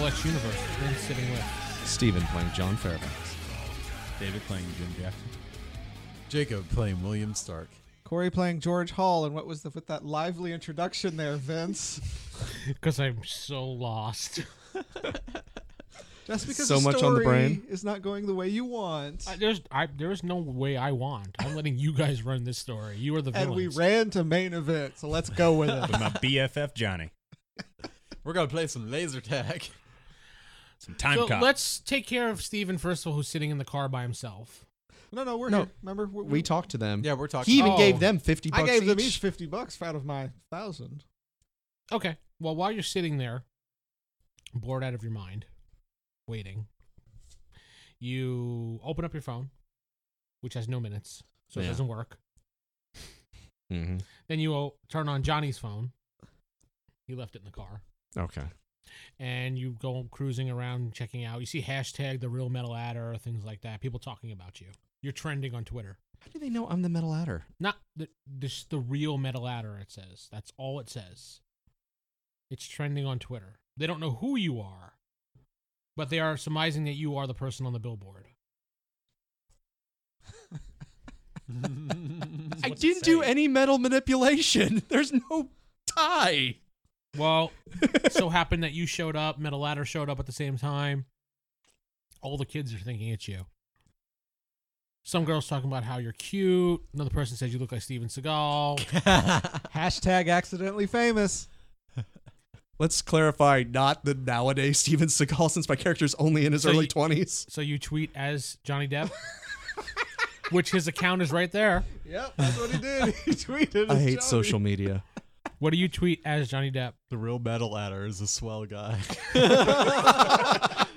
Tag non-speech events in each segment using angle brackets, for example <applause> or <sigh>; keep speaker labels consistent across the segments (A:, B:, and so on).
A: This universe has been sitting with <laughs>
B: Steven playing John Fairbanks.
C: David playing Jim Jackson.
D: Jacob playing William Stark.
E: Corey playing George Hall, and what was the, with that lively introduction
B: <laughs>
E: there, Vince?
A: because I'm so lost.
E: Just because
B: So
E: the
B: much on the
E: story
B: brain.
E: is not going the way you want,
A: I, there's I, there's no way I want. I'm letting you guys run this story. You are the
E: and we
A: villains.
E: ran to main event, so let's go with
B: <laughs>
E: it.
C: With my BFF Johnny.
D: We're gonna play some laser tag. <laughs>
C: Some time
A: so
C: cop.
A: let's take care of Steven first of all, who's sitting in the car by himself.
E: no, no, we're
B: No.
E: here. Remember, we,
B: We talked to them.
D: Yeah, we're talking.
B: He even
A: Oh.
B: gave them fifty bucks
E: I gave them each
B: each.
E: fifty bucks out of my thousand.
A: Okay. Well, while you're sitting there, bored out of your mind, waiting, you open up your phone, which has no minutes, so it
B: Yeah.
A: doesn't work.
B: hmm
A: Then you o- turn on Johnny's phone. He left it in the car.
B: Okay.
A: and you go cruising around checking out. You see hashtag the real metal adder, things like that. People talking about you. You're trending on Twitter.
B: How do they know I'm the metal adder?
A: Not the this the real metal adder. It says that's all it says. It's trending on Twitter. They don't know who you are, but they are surmising that you are the person on the billboard.
B: I didn't do any metal manipulation. <laughs> There's no tie.
A: Well, so happened that you showed up. Metal adder showed up at the same time. All the kids are thinking it's you. Some girls talking about how you're cute. Another person says you look like Steven Seagal.
E: Hashtag accidentally famous.
B: <laughs> Let's clarify, not the nowadays Steven Seagal, since my character's only in his
A: So
B: early
A: you-
B: twenties.
A: So you tweet as Johnny Depp, <laughs> which his account is right there.
E: Yep, that's what he did. He tweeted.
B: I
E: as
B: hate
E: Johnny.
B: social media.
A: What do you tweet as Johnny Depp? <clears throat>
D: the real metal adder is a swell guy.
B: <laughs>
D: <laughs>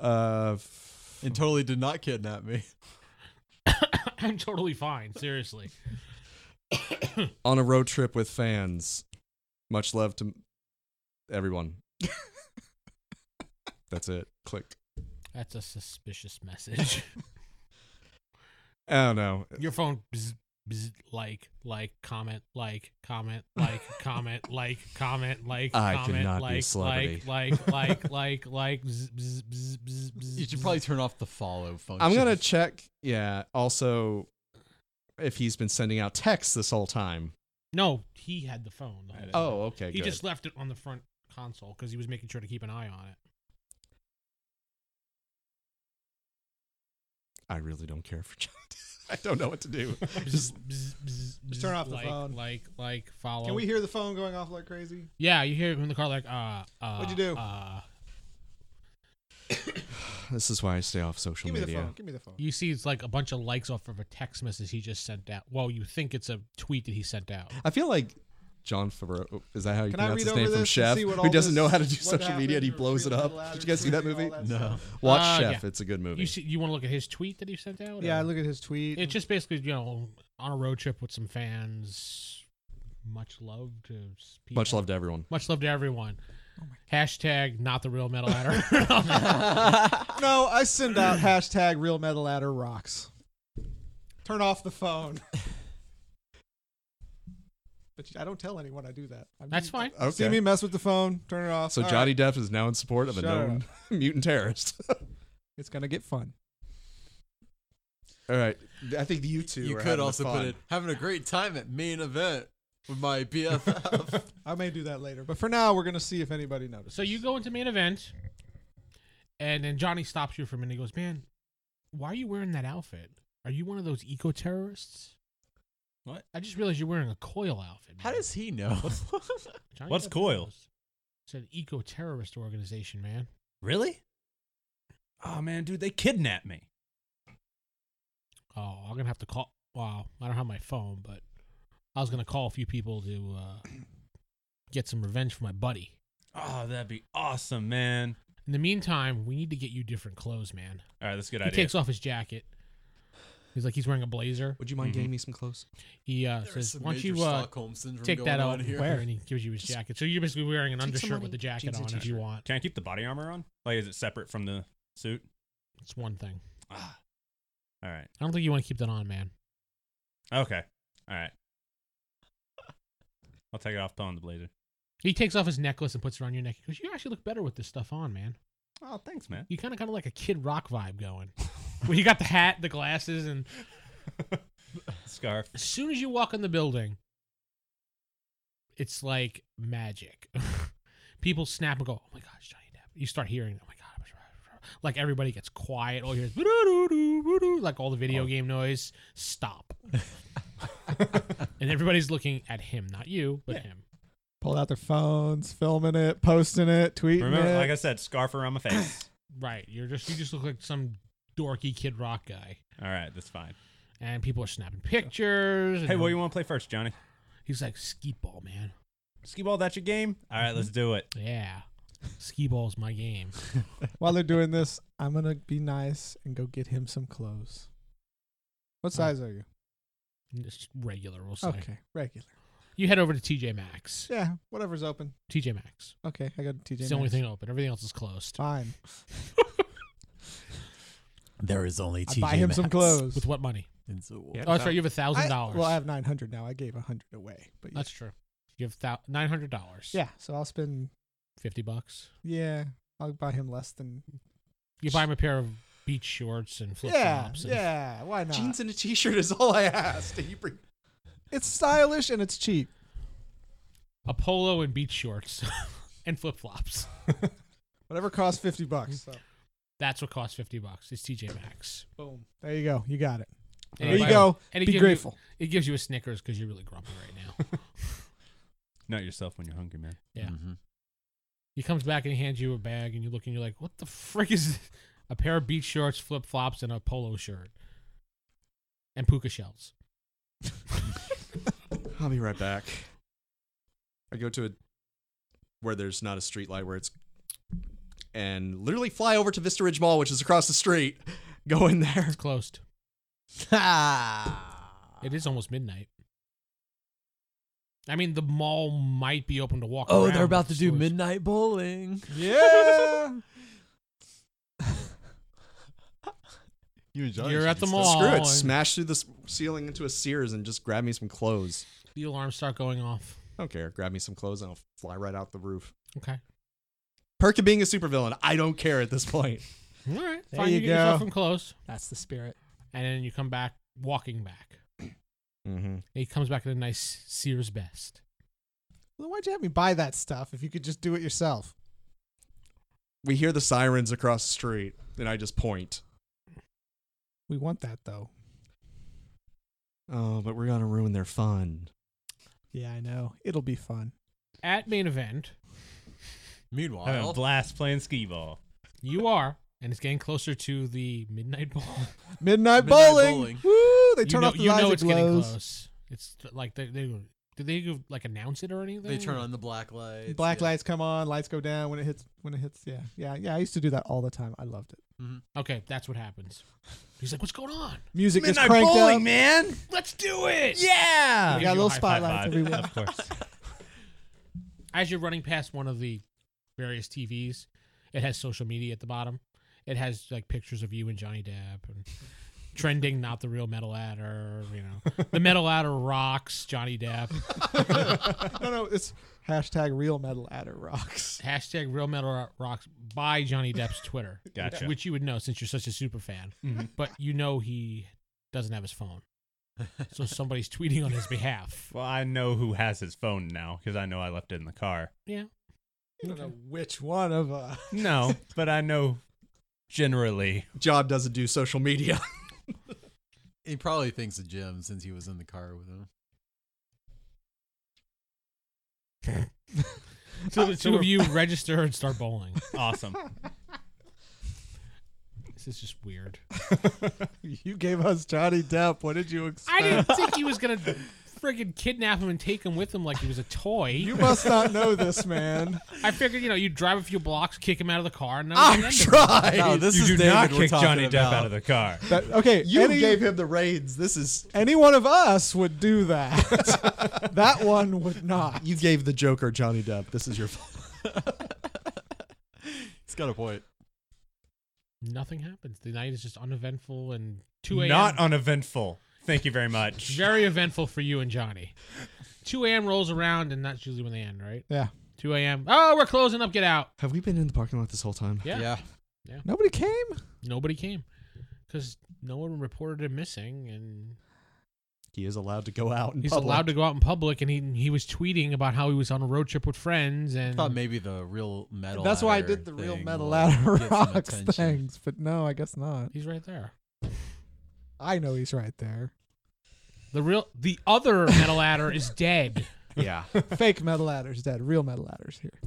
B: Uh, f-
D: and totally did not kidnap me.
A: I'm totally fine, seriously.
B: on a road trip with fans. Much love to m- <laughs> everyone. That's it. Click.
A: That's a suspicious message. <laughs>
B: I don't know.
A: Your phone bzz, bzz, like, like, comment, like, comment, like, comment, like, comment, like,
B: I
A: comment,
B: cannot be a
A: like,
B: celebrity.
A: like, like, like, like, like, bzz, bzz, bzz, bzz, bzz,
D: You should
A: bzz.
D: probably turn off the follow function.
B: I'm gonna check. Yeah. Also, if he's been sending out texts this whole time.
A: No, he had the phone. The whole time.
B: Oh, okay.
A: he
B: good.
A: just left it on the front console because he was making sure to keep an eye on it.
B: I really don't care for John. <laughs> I don't know what to
E: <laughs>
B: do.
A: Bzz, bzz, bzz,
E: Just turn
A: bzz,
E: off the
A: like,
E: phone.
A: Like, like, follow.
E: Can we hear the phone going off like crazy?
A: Yeah, you hear him in the car like, uh, uh
E: What'd you do?
A: Uh,
B: This is why I stay off social
E: Give me the
B: media.
E: phone. Give me the phone.
A: you see, it's like a bunch of likes off of a text message he just sent out. Well, you think it's a tweet that he sent out.
B: I feel like John Favreau. Is that how you
E: Can I
B: pronounce
E: read
B: his name
E: over
B: from
E: this and
B: Chef?
E: see what
B: Who
E: all
B: doesn't
E: this-
B: know how to do
E: what
B: social media and he
E: happened, or
B: blows it
E: Real
B: up.
E: Metal
B: Did you guys see that
E: Adder,
B: movie?
E: all that
D: No.
E: stuff.
B: Watch
A: Uh,
B: Chef. It's a good movie.
A: You see, you want to look at his tweet that he sent out?
E: Yeah, I
A: or-
E: look at his tweet.
A: It's just basically you know on a road trip with some fans. Much love to s- people.
B: Much love to everyone.
A: Much love to everyone.
E: Oh
A: Hashtag not the real
E: <laughs>
A: metal adder.
E: no, I send out hashtag real metal adder rocks. Turn off
A: <laughs>
E: the phone. but I don't tell anyone I do that. I'm
A: That's
E: just-
A: fine.
B: Okay.
E: See me mess with the phone. Turn it off.
B: so
E: All
B: Johnny
E: right.
B: Depp is now in support of a
E: Shut
B: known <laughs> mutant
E: <laughs>
B: terrorist.
E: it's gonna get fun.
B: All right. I think you two.
D: You
B: are
D: could
B: having
D: also
B: fun.
D: put it having a great time at main event with my BFF.
E: I may do that later, but for now, we're gonna see if anybody notices.
A: So you go into main event, and then Johnny stops you for a minute. He goes, "Man, why are you wearing that outfit? Are you one of those eco terrorists?"
C: What?
A: I just realized you're wearing a coil outfit.
D: How
A: man.
D: does he know?
A: Johnny
C: what's
A: Depp
C: coil?
A: knows. It's an eco terrorist organization, man.
C: Really? Oh man, dude, they kidnapped me.
A: Oh, I'm gonna have to call. Wow, I don't have my phone, but I was gonna call a few people to uh, get some revenge for my buddy.
C: Oh, that'd be awesome, man.
A: In the meantime, we need to get you different clothes, man.
C: All right, that's a good
A: he
C: idea.
A: takes off his jacket. He's like he's wearing a blazer.
B: Would you mind
C: Mhm.
B: getting me some clothes?
A: He uh,
D: There's
A: says,
D: some
A: "Why don't
D: major
A: you uh,
D: Stockholm syndrome
A: take
D: going
A: that
D: on
A: out
D: here.
A: where and he
D: <laughs>
A: gives you his jacket so you're basically wearing an
B: Take some
A: undershirt
B: money,
A: with the jacket
B: jeans and
A: on if
B: t-shirt.
A: you want
C: Can I keep the body armor on? Like, is it separate from the suit?
A: it's one thing
C: Ah. All right.
A: i don't think you want to keep that on man
C: Okay. All right. I'll take it off, put on the blazer.
A: He takes off his necklace and puts it around your neck. He goes, "You actually look better with this stuff on, man.
C: Oh, thanks, man.
A: You kind of kind of like a Kid Rock
D: <laughs>
A: vibe going. well, you got the hat, the glasses, and
C: Scarf.
A: as soon as you walk in the building, it's like magic. <laughs> People snap and go, "Oh my gosh, Johnny Depp!" You start hearing, "Oh my god!" Like everybody gets quiet. All you hear is "Boo-doo-doo-doo, boo-doo," like all the video
C: Oh.
A: game noise. Stop.
C: <laughs>
A: and everybody's looking at him, not you, but him.
E: Pulled out their phones, filming it, posting it, tweeting
C: Remember,
E: it.
C: like I said, scarf around my face.
A: Right. You're just you just look like some dorky Kid Rock guy,
C: All right, that's fine.
A: and people are snapping pictures. and
C: Hey, what do you want to play first, Johnny?
A: He's like skee ball, man.
C: Ski ball, that's your game? All right, let's do it.
A: Yeah, skee ball's my game.
E: While they're doing this, I'm gonna be nice and go get him some clothes.
A: Oh.
E: What size are you?
A: Just regular, we'll say.
E: Okay, regular.
A: You head over to TJ Maxx.
E: Yeah, whatever's open.
A: TJ Maxx.
E: Okay, I got TJ.
A: It's the only
E: Maxx. Oh,
A: thing open. Everything else is closed.
E: Fine.
F: <laughs> There is only
E: I
F: TJ
E: buy him some
F: Maxx.
E: clothes.
A: With what money?
F: And so-
A: Oh, that's right. You have a thousand
E: I,
A: dollars.
E: well, I have nine hundred now. I gave a hundred away, but yeah.
A: That's true. You have thou- nine hundred dollars.
E: yeah. So I'll spend.
A: fifty bucks.
E: Yeah, I'll buy him less than.
A: You buy him a pair of beach shorts and flip
E: Yeah,
A: flops.
E: yeah. Why not?
D: Jeans and a t-shirt is all I asked. And you bring
E: It's stylish and it's cheap.
A: A polo and beach shorts <laughs> and flip flops.
E: Whatever costs fifty bucks. So.
A: That's what costs fifty bucks. It's TJ Maxx.
E: Boom. There you go. You got it.
A: And
E: There
A: it
E: you
A: buys-
E: go.
A: and it
E: Be
A: gives you-
E: grateful.
A: It gives you a Snickers because you're really grumpy right now.
C: Not yourself when you're hungry, man.
A: Yeah.
F: Mhm.
A: He comes back and he hands you a bag, and you look and you're like, "What the frick is this? a pair of beach shorts, flip flops, and a polo shirt, and puka shells?"
B: <laughs> I'll be right back. I go to a where there's not a street light where it's and literally fly over to Vista Ridge Mall, which is across the street. Go in there.
A: It's closed.
F: Ah.
A: It is almost midnight. I mean, the mall might be open to walk.
F: Oh,
A: around,
F: they're about
A: but
F: to
A: the
F: do
A: stores-
F: midnight bowling.
E: Yeah.
D: <laughs> you and Johnny.
A: You're
D: should
A: at the
D: be
A: mall.
B: Screw
A: Oh,
B: it.
A: and-
B: Smash through the s- ceiling into a Sears and just grab me some clothes.
A: The alarms start going off.
B: I don't care. Grab me some clothes and I'll fly right out the roof.
A: Okay.
B: Perk of being a supervillain. I don't care at this point.
A: All right.
E: There
A: Fine. You,
E: you
A: get yourself
E: go.
A: from close,
F: That's the spirit.
A: and then you come back walking back.
B: Mm-hmm.
A: He comes back in a nice Sears vest.
E: Well, why'd you have me buy that stuff if you could just do it yourself?
B: We hear the sirens across the street, and I just point.
E: We want that though.
B: Oh, but we're gonna ruin their fun.
E: Yeah, I know. It'll be fun.
A: At main event,
C: Having a
D: Meanwhile,
C: blast playing skee ball.
A: you are, and it's getting closer to the midnight <laughs> ball.
E: Midnight,
D: Midnight
E: bowling.
D: bowling.
E: Woo! They
A: you
E: turn
A: know,
E: off the
A: you
E: lights.
A: know
E: it
A: it's getting
E: glows.
A: close. It's t- like they they do they go, like announce it or anything?
D: they turn on the black lights.
E: Black
D: yeah.
E: lights come on. Lights go down when it hits. When it hits. Yeah, yeah, yeah. I used to do that all the time. I loved it.
A: Okay, that's what happens. He's like, "What's going on?
E: Music gets
C: Midnight
E: cranked
C: bowling,
E: up.
C: man.
A: Let's do it!"
C: Yeah.
A: Gives
E: We got
A: you
E: a little
A: a high five.
E: spotlight
C: Five,
E: everywhere.
C: of course.
A: As you're running past one of the various TVs, it has social media at the bottom. It has like pictures of you and Johnny Depp
E: <laughs>
A: and trending, not the real metal adder. You know, the metal adder rocks Johnny
E: <laughs>
A: Depp.
E: no, no. It's hashtag real metal
A: <laughs>
E: adder rocks.
A: Hashtag real metal Ro- rocks by Johnny Depp's Twitter.
C: <laughs> Gotcha.
A: Which you would know since you're such a super fan.
C: Mhm.
A: But you know he doesn't have his phone. So somebody's tweeting on
C: <laughs>
A: his behalf.
C: Well, I know who has his phone now because I know I left it in the car.
A: Yeah.
E: You don't know which one of uh
C: No, but I know generally.
B: Job doesn't do social <laughs> media.
D: He probably thinks of Jim since he was in the car with him.
A: So the two of you register and start bowling.
C: Awesome.
A: This is just weird.
E: You gave us Johnny Depp. What did you
A: I
E: expect?
A: didn't think he was going to friggin' kidnap him and take him with him like he was a toy.
E: You must not <laughs> know <laughs> this, man.
A: I figured, you know, you'd drive a few blocks, kick him out of the car, and that was the
B: I
A: end of it.
B: tried.
D: No, this
C: you
D: is
C: do
D: David
C: not
D: we're
C: kick
D: talking
C: Johnny Depp
D: about.
C: out of the car.
E: <laughs> That, okay,
B: You
E: any,
B: gave him the reins. This is
E: any one of us would do that. that <laughs> one would not.
B: you gave the Joker Johnny Depp. This is your fault.
D: He's got a point.
A: Nothing happens. The night is just uneventful and 2 a.m.
C: Not uneventful. Thank you very much.
A: <laughs> very eventful for you and Johnny. 2 a.m. rolls around, and that's usually when they end, right?
E: Yeah.
A: 2 a.m. Oh, we're closing up. Get out.
B: <laughs> Have we been in the parking lot this whole time?
A: Yeah.
E: Nobody came.
A: Nobody came because no one reported him missing, and
B: He is allowed to go out in
A: he's
B: public. <laughs>
A: allowed to go out in public. And he he was tweeting about how he was on a road trip with friends, and
D: I thought maybe the real metal.
E: That's why I
D: ladder
E: did the real
D: thing
E: metal
D: will
E: ladder
D: get some
E: rocks
D: attention.
E: things, but no, I guess not.
A: he's right there.
E: I know he's right
A: <laughs>
E: there.
A: The real the other metal ladder is dead.
B: Yeah.
E: Fake metal ladders, dead. Real metal ladders here.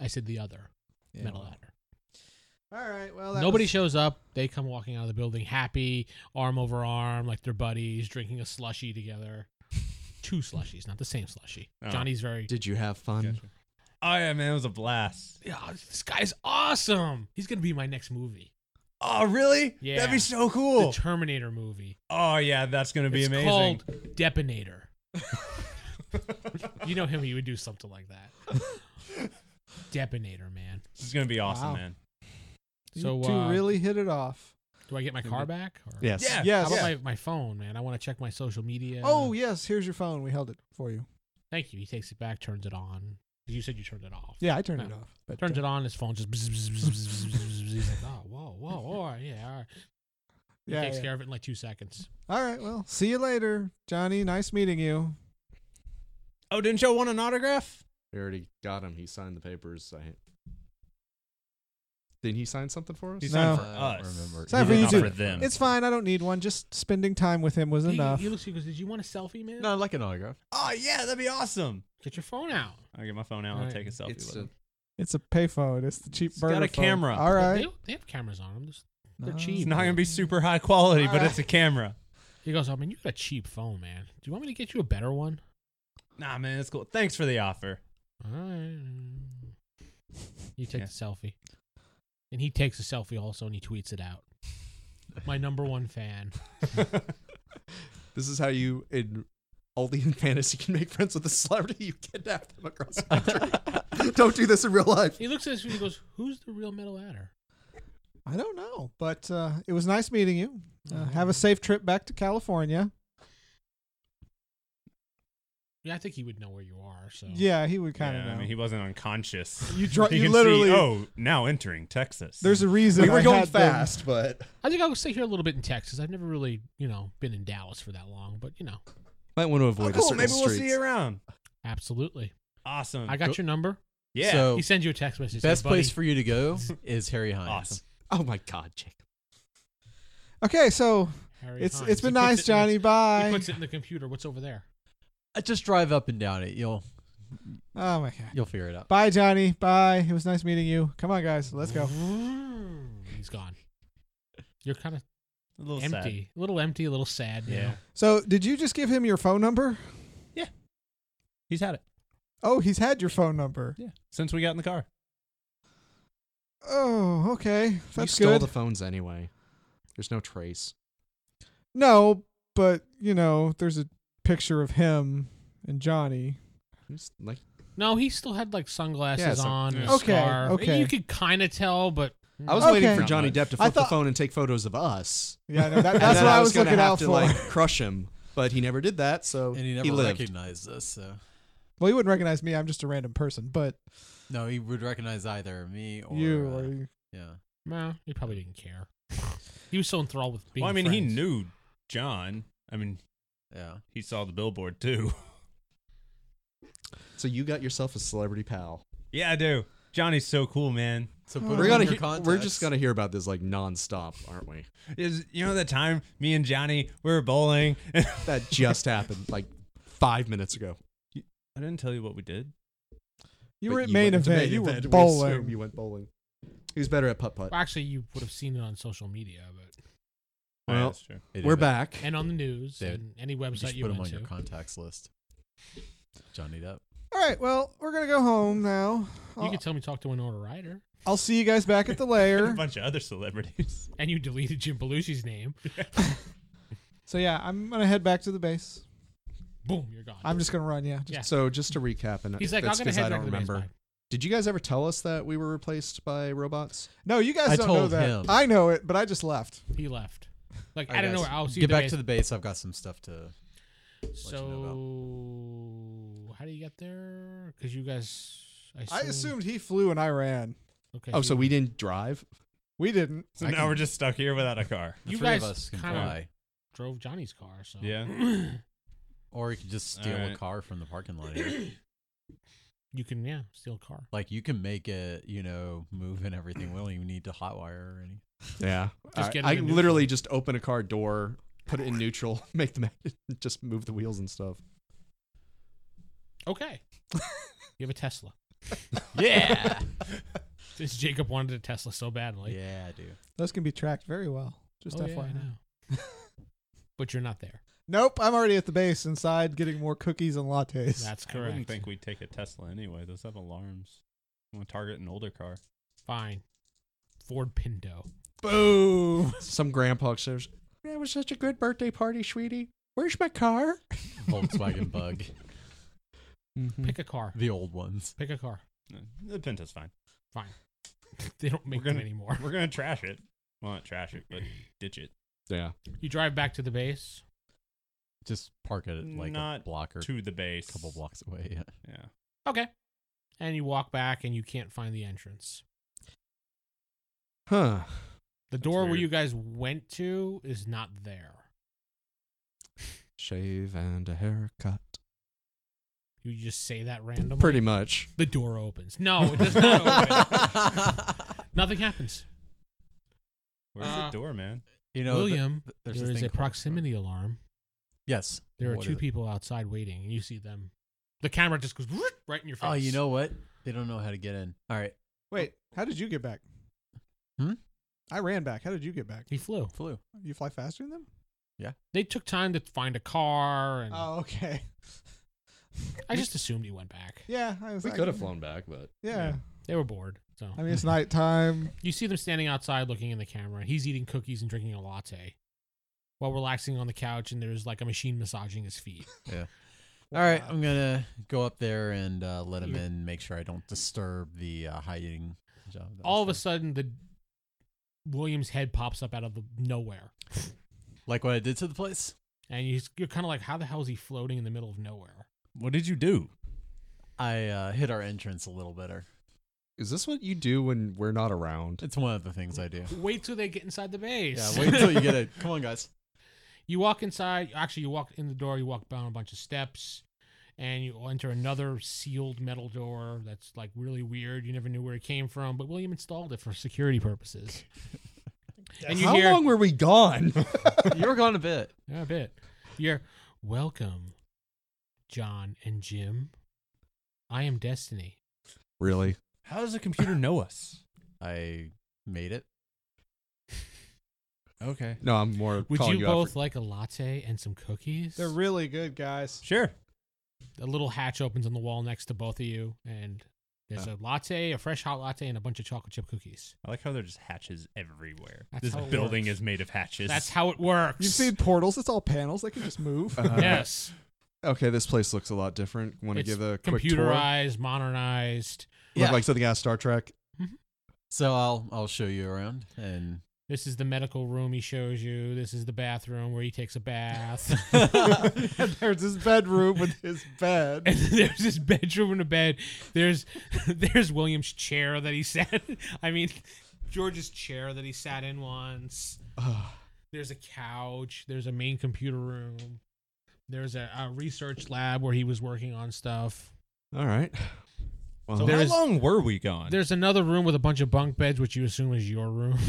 A: I said the other
E: Yeah.
A: metal ladder.
B: All right. Well,
A: Nobody shows up. They come walking out of the building happy, arm over arm, like they're buddies, drinking a slushy together. Two slushies, not the same slushy.
C: Oh.
A: Johnny's very.
B: Did you have fun?
C: Oh yeah, man, it was a blast.
A: Yeah, this guy's awesome. He's gonna be my next movie,
C: Oh really?
A: Yeah.
C: That'd be so
A: the
C: cool.
A: Terminator movie.
C: oh yeah, that's gonna be
A: it's
C: amazing.
A: called Depinator. you know him. He would do something like that. Depinator, man.
C: This is gonna be awesome,
E: Wow.
C: man.
E: You
A: So,
E: two
A: uh,
E: really hit it off.
A: Do I get my car back? Or?
B: Yes.
C: Yeah.
A: How
E: Yes.
A: about my, my phone, man? I want to check my social media.
E: Oh yes, here's your phone. We held it for you.
A: Thank you. He takes it back, turns it on. You said you turned it off.
E: Yeah, I turned
A: Yeah.
E: it off. But
A: Turns
E: uh,
A: Oh. it on, his phone just. bzz, bzz, bzz, bzz, bzz, bzz, bzz. He's like, oh, whoa, whoa, all right, yeah, all right. He
E: Yeah,
A: takes
E: yeah.
A: care of it in like two seconds.
E: All right. Well, see you later, Johnny. Nice meeting you.
C: Oh, didn't y'all want an autograph?
B: We already got him. He signed the papers. I... Didn't he sign something for us?
C: He's
E: No.
C: signed for
D: I don't
C: us.
D: remember.
E: It's not for
C: He did
E: you
C: not
E: two.
C: for them.
E: It's fine. I don't need one. Just spending time with him was
A: He,
E: enough.
A: he looks at you and goes, "Did you want a selfie, man?
D: No, I like an autograph.
C: oh yeah, that'd be awesome.
A: Get your phone out.
C: I'll get my phone out and
A: Alright.
C: take a selfie
B: It's
C: with
B: a-
C: him.
E: It's a payphone. It's the cheap
C: It's got
E: burner.
C: a
E: phone.
C: camera.
E: All right.
A: They, they have cameras on them. Just- they're cheap.
C: It's not gonna be super high quality, but it's a camera.
A: He goes, "I mean, you got a cheap phone, man. Do you want me to get you a better one?"
C: Nah, man, it's cool. Thanks for the offer.
A: All right. You take
C: Yeah.
A: the selfie, and he takes a selfie also, and he tweets it out. My number one fan.
B: <laughs> This is how you in only in <laughs> fantasy can make friends with a celebrity. You kidnap them across the <laughs> country. Don't do this in real life.
A: He looks at us and he goes, "Who's the real metal adder?"
E: I don't know, but uh, it was nice meeting you. Uh, have a safe trip back to California.
A: Yeah, I think he would know where you are. So
E: Yeah, he would kind of
C: yeah, I
E: know.
C: mean, he wasn't unconscious.
E: You dro-
C: <laughs> He
E: you
C: can see,
E: literally-
C: oh, now entering Texas. <laughs>
E: There's a reason
B: we were
E: I
B: going
E: had them-
B: fast, but
A: I think I'll stay here a little bit in Texas. I've never really, you know, been in Dallas for that long, but you know,
B: might want to
C: oh,
B: avoid
C: cool. Maybe we'll see you around.
A: absolutely.
C: Awesome.
A: I got your number.
C: yeah.
D: So
A: He sends you a text message.
D: best
A: "Hey, buddy,
D: place for you to
A: <laughs>
D: go is Harry Hines.
C: awesome.
B: Oh my God, Jacob.
E: Okay, so
A: Harry
E: it's
A: Hines."
E: it's been
A: He puts it
E: nice,
A: in the-
E: Johnny.
A: he
E: Bye.
A: puts it in the computer. What's over there?
D: Uh, Just drive up and down it. You'll
E: Oh my god.
D: you'll figure it out.
E: Bye, Johnny. Bye. It was nice meeting you. Come on, guys. Let's go.
A: Mm-hmm. Mm, He's gone. You're kind of
C: A little sad.
A: empty, a little empty, a little sad.
C: Yeah.
A: Yeah.
E: So, did you just give him your phone number?
C: He's had it
E: Oh, he's had your phone number.
C: since we got in the car.
E: Oh, okay.
B: you
E: That's
B: stole
E: good.
B: the phones anyway. There's no trace.
E: no, but you know, there's a picture of him and Johnny.
B: It's like
A: No, he still had like sunglasses
B: Yeah, so-
A: on. And a
E: Okay,
A: scarf.
E: okay. Oh.
A: You could kind of tell, but mm,
B: I was
E: Okay.
B: waiting for
C: Not
B: Johnny
C: much.
B: Depp to
E: I
B: flip the
E: thought-
B: phone and take photos of us.
E: Yeah, no, that,
B: And
E: that's
B: then
E: what I
B: I
E: was,
B: gonna
E: looking
B: have
E: out
B: to
E: for.
B: like crush him, but he never did that. So
D: And he never
B: lived.
D: recognized us. So
E: well, you wouldn't recognize me. I'm just a random person, but
D: no, he would recognize either me or
E: you
D: uh,
E: or
D: yeah.
A: nah, he probably didn't care. He was so enthralled with being.
C: well, I mean, he
A: friends.
C: knew John. I mean,
D: Yeah.
C: he saw the billboard too. <laughs>
B: So you got yourself a celebrity pal.
C: yeah, I do. Johnny's so cool, man.
D: So
E: Oh.
D: put
B: We're
D: him
B: gonna
D: in your
B: he- we're
D: contacts.
B: just gonna hear about this like nonstop, aren't we?
C: Is you know that time me and Johnny we were bowling. <laughs> I
B: That just happened like five minutes ago.
C: didn't tell you what we did.
E: you
B: But
E: were at main
B: went to
E: event. You were
B: event. We assume
E: bowling.
B: You went bowling. He was better at putt putt.
A: Well, actually, you would have seen it on social media, but
C: Oh, yeah,
B: Well,
C: that's true.
D: It
B: We're
D: is a-
B: back.
A: and on the news
D: Dude,
A: and any
D: You
A: website
D: should
A: you,
D: put him
A: went
D: on
A: to.
D: your contacts list. Johnny Depp.
E: All right. Well, we're gonna go home now.
A: You
E: I'll,
A: could tell me talk to Winona Ryder,
E: I'll see you guys back at the
C: And <laughs> a
E: lair.
C: bunch of other celebrities. <laughs>
A: and you deleted Jim Belushi's name.
E: so yeah, I'm gonna head back to the base.
A: Boom, you're gone.
E: I'm just gonna run. Yeah. Just-
A: Yeah.
B: So just to recap, and
A: He's like, I'm
B: that's
A: gonna
B: because
A: head
B: I
A: back
B: don't
A: to the base.
B: remember.
A: Bye.
B: Did you guys ever tell us that we were replaced by robots?
E: No, you guys
D: I
E: don't know
D: told
E: that.
D: him.
E: I know it, but I just left.
A: He left. Like
D: All right,
A: I don't know.
D: guys,
A: I'll see
D: Get
A: you
D: back
A: base.
D: to the base. I've got some stuff to.
A: So, how do you got there? Because you guys,
E: I
A: assume-
E: assumed he flew and I ran.
A: Okay.
B: Oh,
A: you-
B: so we didn't drive?
E: We didn't.
C: So now we're just stuck here without a car.
F: The
A: You
F: three of
A: guys
F: us can
A: kinda-
F: fly.
A: drove Johnny's car. So
C: Yeah.
F: Or you could just steal a
C: Alright.
F: car from the parking lot.
A: you can yeah steal a car.
F: like you can make it, you know, move and everything. We don't even need to hotwire or anything.
B: Yeah.
A: Just
B: I-
A: get it
B: I
A: in neutral.
B: literally just open a car door, put it in neutral, <laughs> make the ma- just move the wheels and stuff.
E: <laughs>
A: Okay. you have a Tesla.
C: <laughs>
F: Yeah.
A: <laughs> This Jacob wanted a Tesla so badly.
F: yeah, dude.
E: Those can be tracked very well. Just
A: Oh,
E: FYI.
A: yeah, I know.
E: <laughs>
A: but you're not there.
E: Nope, I'm already at the base inside getting more cookies and lattes.
A: That's
C: I
A: correct.
C: wouldn't think we'd take a Tesla anyway. Those have alarms. I'm gonna target an older car.
A: Fine. Ford Pinto.
E: Boom.
B: Some grandpa upstairs. That was such a good birthday party, sweetie. Where's my car?
F: Volkswagen bug.
B: Mm-hmm.
C: Mm.
A: Pick a car.
F: The old ones.
A: Pick a car. <laughs>
C: Uh, The Penta's fine.
A: They don't make them
C: gonna-
A: anymore.
C: We're gonna trash it. Well, not trash it, but ditch it
B: Yeah.
A: You drive back to the base.
F: Just park it like a
C: Not
F: block or
C: to the base.
F: a couple blocks away. <laughs> Yeah.
C: Yeah.
A: Okay. And you walk back and you can't find the entrance.
B: Huh.
A: The
C: That's
A: door where
C: weird.
A: you guys went to is not there.
B: Shave and a haircut.
A: You just say that randomly.
B: Pretty much.
A: The door opens. No, it does not open. Nothing happens.
C: Where's
A: Uh,
C: the door, man?
F: You know, the-
A: William,
F: th-
A: there
F: there's
A: is
F: this thing
A: a
F: called-
A: proximity alarm.
F: Yes.
A: There are
F: What
A: two
F: is it?
A: people outside waiting, and you see them. The camera just goes right in your face.
F: Oh, you know what? They don't know how to get in. All right.
E: <laughs> Wait, how did you get back?
F: Hmm?
E: I ran back. How did you get back?
A: he flew.
F: Flew.
E: You fly faster than them?
A: They took time to find a car, and
E: Oh, okay. <laughs>
A: I just assumed he went back.
E: Yeah, I was
B: We
E: like-
B: could have flown back, but
E: Yeah.
C: Yeah.
A: They were bored, so
E: I mean, it's nighttime.
A: you see them standing outside, looking in the camera. He's eating cookies and drinking a latte, while relaxing on the couch, and there's like a machine massaging his feet.
F: All right.
E: Wow.
F: I'm gonna go up there and uh, let him
A: You-
F: in. Make sure I don't disturb the uh, hiding job. that
A: All of
F: was
A: a sudden, the William's head pops up out of the nowhere,
F: done. like what I did to the place.
A: and you- you're kind of like, "How the hell is he floating in the middle of nowhere?"
C: What did you do?
F: I uh, hit our entrance a little better.
B: is this what you do when we're not around?
F: It's one of the things I do.
A: Wait till they get inside the base.
F: Yeah, wait until you get it. Come on, guys.
A: <laughs> You walk inside. Actually, you walk in the door. You walk down a bunch of steps, and you enter another sealed metal door that's like really weird. You never knew where it came from, but William installed it for security purposes.
F: <laughs>
A: and you
B: How
A: hear
B: long were
A: <laughs>
B: we gone?
F: You were gone a bit.
A: Yeah, a bit. You're welcome, John and Jim. I am Destiny.
B: really?
C: How does the computer know us?
F: I made it.
C: Okay.
B: No, I'm more
A: Would
B: calling
A: you,
B: you, out
A: both
B: for-
A: like a latte and some cookies?
E: They're really good, guys.
C: Sure.
A: a little hatch opens on the wall next to both of you, and there's a
B: Uh.
A: latte, a fresh hot latte, and a bunch of chocolate chip cookies.
C: I like how there's hatches everywhere.
A: That's how
C: this
A: it
C: building
A: works.
C: is made of hatches.
A: That's how it works. <laughs>
E: You've seen portals. It's all panels. They can
B: <laughs>
E: just move.
B: Uh,
A: yes.
B: Okay, this place looks a lot different. Want to
A: It's
B: give a quick tour? Look
A: computerized, modernized.
F: Yeah.
B: like something out of Star <laughs> Trek.
F: so I'll I'll show you around and
A: This is the medical room he shows you. This is the bathroom where he takes a
B: <laughs>
A: bath. <laughs>
E: and there's his bedroom with his bed.
A: <laughs> and there's his bedroom and a bed. There's <laughs> there's William's chair that he sat. <laughs> I mean, George's chair that he sat in once.
B: Ah,
A: There's a couch. There's a main computer room. There's a, a research lab where he was working on stuff.
B: All right. Well,
C: so
B: so,
A: there's-
C: how long were we gone?
A: There's another room with a bunch of bunk beds, which you assume is your room. <laughs>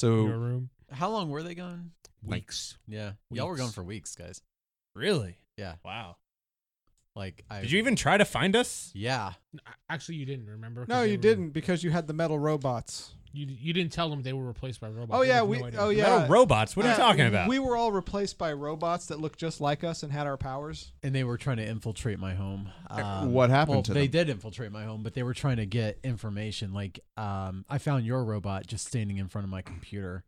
A: Your room.
F: how long were they gone?
B: Like-
A: Weeks.
F: Yeah, y'all were gone
A: Weeks.
F: for weeks, guys.
C: really?
F: Yeah,
C: Wow.
F: like I.
C: Did you even try to find us?
F: Yeah,
A: Actually, you didn't remember. 'cause
E: No,
A: they
E: you
A: were-
E: didn't because you had the metal robots.
A: You, you didn't tell them they were replaced by robots.
E: Oh
A: They
E: yeah,
A: have no
E: we.
A: idea.
E: oh
C: Yeah.
E: yeah.
C: robots. What are
E: Yeah,
C: you talking about?
E: We were all replaced by robots that looked just like us and had our powers.
F: and they were trying to infiltrate my home. Um,
B: what happened
F: well,
B: to
F: they
B: them?
F: did infiltrate my home, but they were trying to get information. Like, um, I found your robot just standing in front of my computer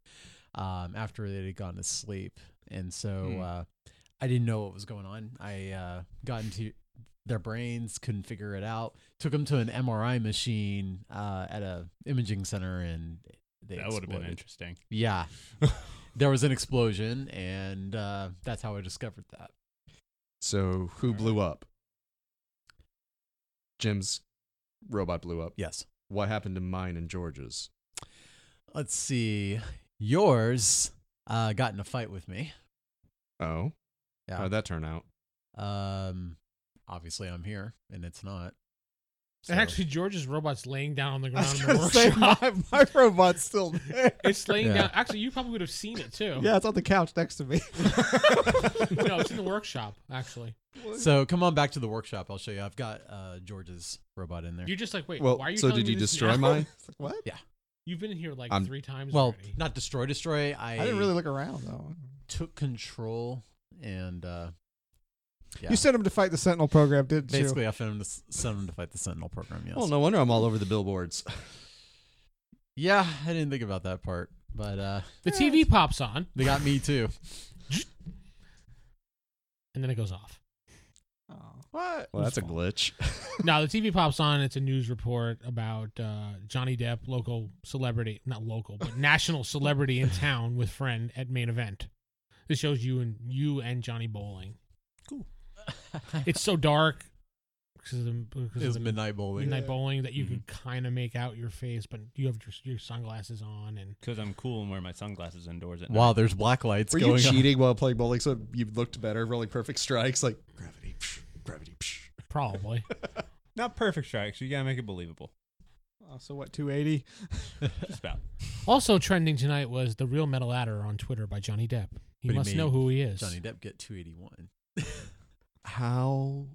F: um, after it had gone to sleep, and so
C: Hmm.
F: uh, I didn't know what was going on. I uh, got into their brains, couldn't figure it out. Took them to an MRI machine uh, at a imaging center, and they
C: that would have been
F: exploded.
C: interesting.
F: Yeah. there was an explosion, and uh, that's how I discovered that.
B: so who blew up? Jim's robot blew up.
F: Yes.
B: What happened to mine and George's?
F: Let's see. Yours uh, got in a fight with me.
B: Oh,
F: Yeah.
B: how'd that turn out?
F: Um, obviously I'm here, and it's not.
A: And actually, George's robot's laying down on the
E: <laughs> I
A: ground
E: was
A: in the
E: going to say,
A: workshop.
E: my, my robot's still
B: <laughs>
E: there.
A: <laughs> It's laying
F: Yeah.
A: down. Actually, you probably would have seen it too.
E: yeah, it's on the couch next to me.
A: <laughs> No, it's in the workshop. Actually,
F: So come on back to the workshop. I'll show you. I've got uh, George's robot in there.
A: you're just like, wait.
B: well,
A: why are you?
B: so
A: telling
B: did
A: me
B: you
A: this
B: destroy
A: now?
B: mine?
E: what?
A: You've been in here like
B: I'm-
A: three times
F: well,
E: <laughs>
A: already.
F: not destroy, destroy. I,
E: I didn't really look around though.
F: took control and uh, yeah.
E: You sent him to fight the Sentinel program, didn't
F: basically I sent him to s- sent him to fight the Sentinel program. Yes.
B: Well, no wonder I'm all over the <laughs> billboards.
F: Yeah, I didn't think about that part, but uh,
A: the TV pops on
F: they got
B: <laughs>
F: me too.
A: and then it goes off. <laughs>
E: you? Oh.
B: What? Well, that's a glitch.
A: No, the TV pops on. It's a news report about uh, Johnny Depp, local celebrity, not local, but national celebrity
F: <laughs>
A: in town with friend at main event. This shows you and you and Johnny bowling. It's so dark because of the, because
F: it
A: of
F: was
A: the
F: midnight bowling. Mm-hmm.
A: midnight bowling that you
C: Mhm.
A: can kind of make out your face, but you have your, your sunglasses on and
C: Because I'm cool and wear my sunglasses indoors at night.
F: Wow, there's black lights
B: Were you
F: going
B: cheating while playing bowling so you looked better, rolling perfect strikes like gravity, psh, gravity. Psh.
A: probably
C: Not perfect strikes. You gotta make it believable.
E: Oh, so what? Two eighty.
C: Just about.
A: also trending tonight was the real metal adder on Twitter by Johnny Depp. He
F: What do you
A: must
F: mean?
A: know who he
F: on.
A: is.
F: Johnny Depp get <laughs> 281.
B: <laughs> How?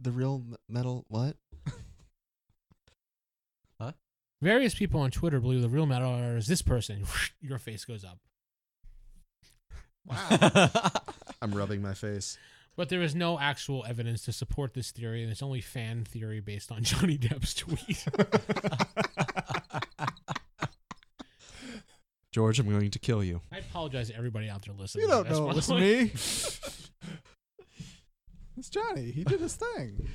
B: The real m- metal? What?
A: Various people on Twitter believe the real metal adder is this person. <laughs> Your face goes up.
B: I'm rubbing my face.
A: But there is no actual evidence to support this theory, and it's only fan theory based on <laughs> Johnny Depp's tweet.
B: George, I'm going to kill you.
A: I apologize to everybody out there listening.
E: You don't
A: That's
E: know it
A: why- <laughs>
E: was me. it's Johnny. He did his thing.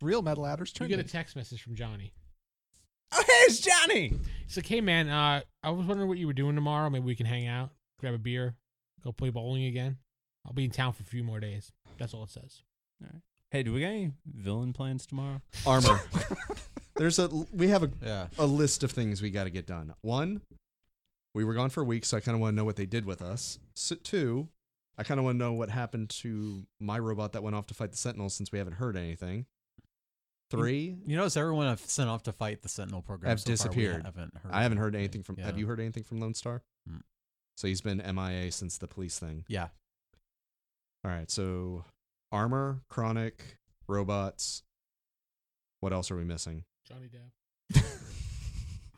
E: Real metal adders
A: You
E: trending.
A: get a text message from Johnny.
C: Oh, here's Johnny.
A: It's like, hey man, uh, I was wondering what you were doing tomorrow. Maybe we can hang out, grab a beer, go play bowling again. I'll be in town for a few more days. That's all it says.
C: Hey, do we got any villain plans tomorrow?
B: Armor. <laughs> There's a. We have a,
F: yeah.
B: a list of things we got to get done. One, we were gone for a week, so I kind of want to know what they did with us. So, two, I kind of want to know what happened to my robot that went off to fight the Sentinels since we haven't heard anything. Three,
F: You notice everyone I've sent off to fight the Sentinel program
B: Have
F: so far, we
B: disappeared.
F: haven't heard
B: I haven't heard anything from. Have
F: Yeah.
B: you heard anything from Lone Star?
F: Mm.
B: So he's been MIA since the police thing.
F: Yeah.
B: All right. So armor, chronic, robots. What else are we
F: <laughs>
B: missing?
A: Johnny Depp.